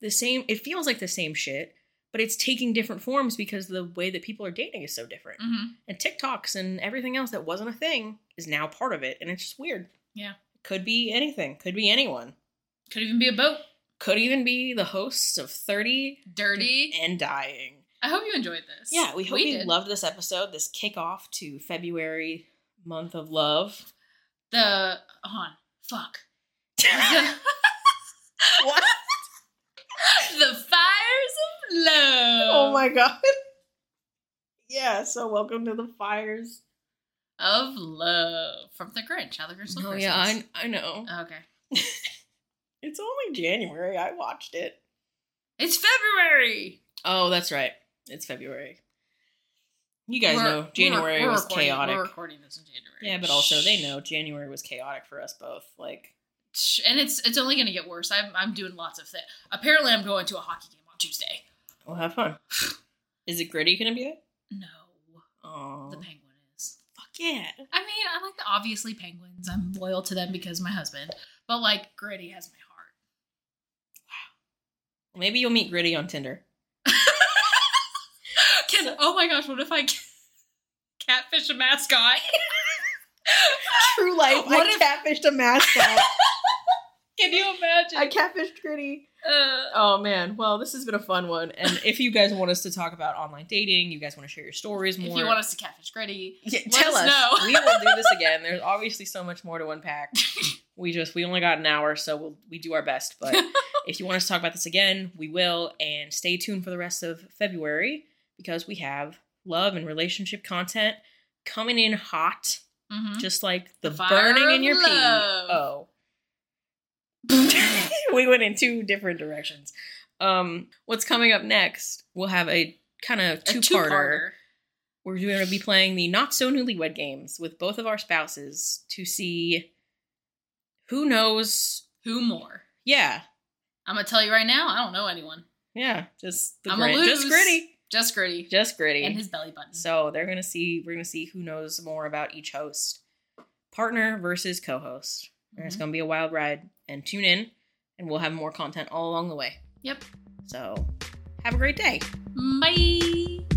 S1: the same it feels like the same shit, but it's taking different forms because the way that people are dating is so different.
S2: Mhm.
S1: And TikToks and everything else that wasn't a thing is now part of it and it's just weird.
S2: Yeah.
S1: Could be anything, could be anyone.
S2: could even be a boat
S1: Could even be the hosts of 30
S2: dirty
S1: and dying.
S2: i hope you enjoyed this
S1: Yeah, we hope you
S2: did.
S1: loved this episode, this kickoff to February month of love.
S2: the on fuck the,
S1: What?
S2: the fires of love
S1: Oh my god. Yeah, so welcome to the fires.
S2: of love from the grinch how the grinch Stole
S1: Oh
S2: Christmas. Uh,
S1: yeah, I I know.
S2: okay
S1: It's only January. I watched it.
S2: it's february
S1: Oh, that's right. It's February. You guys
S2: We're-
S1: know
S2: we're-
S1: January
S2: we're
S1: was
S2: recording-
S1: chaotic.
S2: We're recording this in January.
S1: Yeah, but also they know January was chaotic for us both. Like,
S2: Shh, and it's it's only going to get worse. I'm I'm doing lots of things. Apparently, I'm going to a hockey game on Tuesday.
S1: we'll have fun. Is it gritty gonna be there?
S2: No,
S1: Oh,
S2: the penguin is.
S1: fuck yeah!
S2: I mean, I like the obviously penguins. I'm loyal to them because my husband. But like, gritty has my heart.
S1: Maybe you'll meet Gritty on Tinder.
S2: Can oh my gosh, what if I catfish a mascot?
S1: True life.
S2: What
S1: I
S2: if-
S1: catfished a mascot.
S2: Can you imagine?
S1: I catfished Gritty.
S2: uh,
S1: Oh man. Well, this has been a fun one. And if you guys want us to talk about online dating, you guys want to share your stories more.
S2: if you want us to catfish Gritty,
S1: Yeah,
S2: Let
S1: tell
S2: us
S1: us.
S2: know.
S1: we will do this again. There's obviously so much more to unpack. We just we only got an hour, so we'll we do our best. But if you want us to talk about this again, we will. And stay tuned for the rest of February because we have love and relationship content coming in hot,
S2: Mhm.
S1: just like the,
S2: The fire
S1: burning in
S2: of
S1: your pee.
S2: love.
S1: Oh, we went in two different directions. Um, what's coming up next? We'll have a kind of
S2: A
S1: two parter we're going to be playing the not so newlywed games with both of our spouses to see who knows.
S2: Who more?
S1: Yeah,
S2: I'm gonna tell you right now. I don't know anyone.
S1: yeah, just the
S2: I'ma
S1: grit-
S2: lose.
S1: just gritty,
S2: Just Gritty
S1: just gritty.
S2: and his belly button.
S1: so they're gonna see. We're gonna see who knows more about each host, partner versus co-host. And it's
S2: Mhm.
S1: gonna be a wild ride. And tune in, and we'll have more content all along the way.
S2: Yep.
S1: So have a great day.
S2: Mm-hmm. Bye.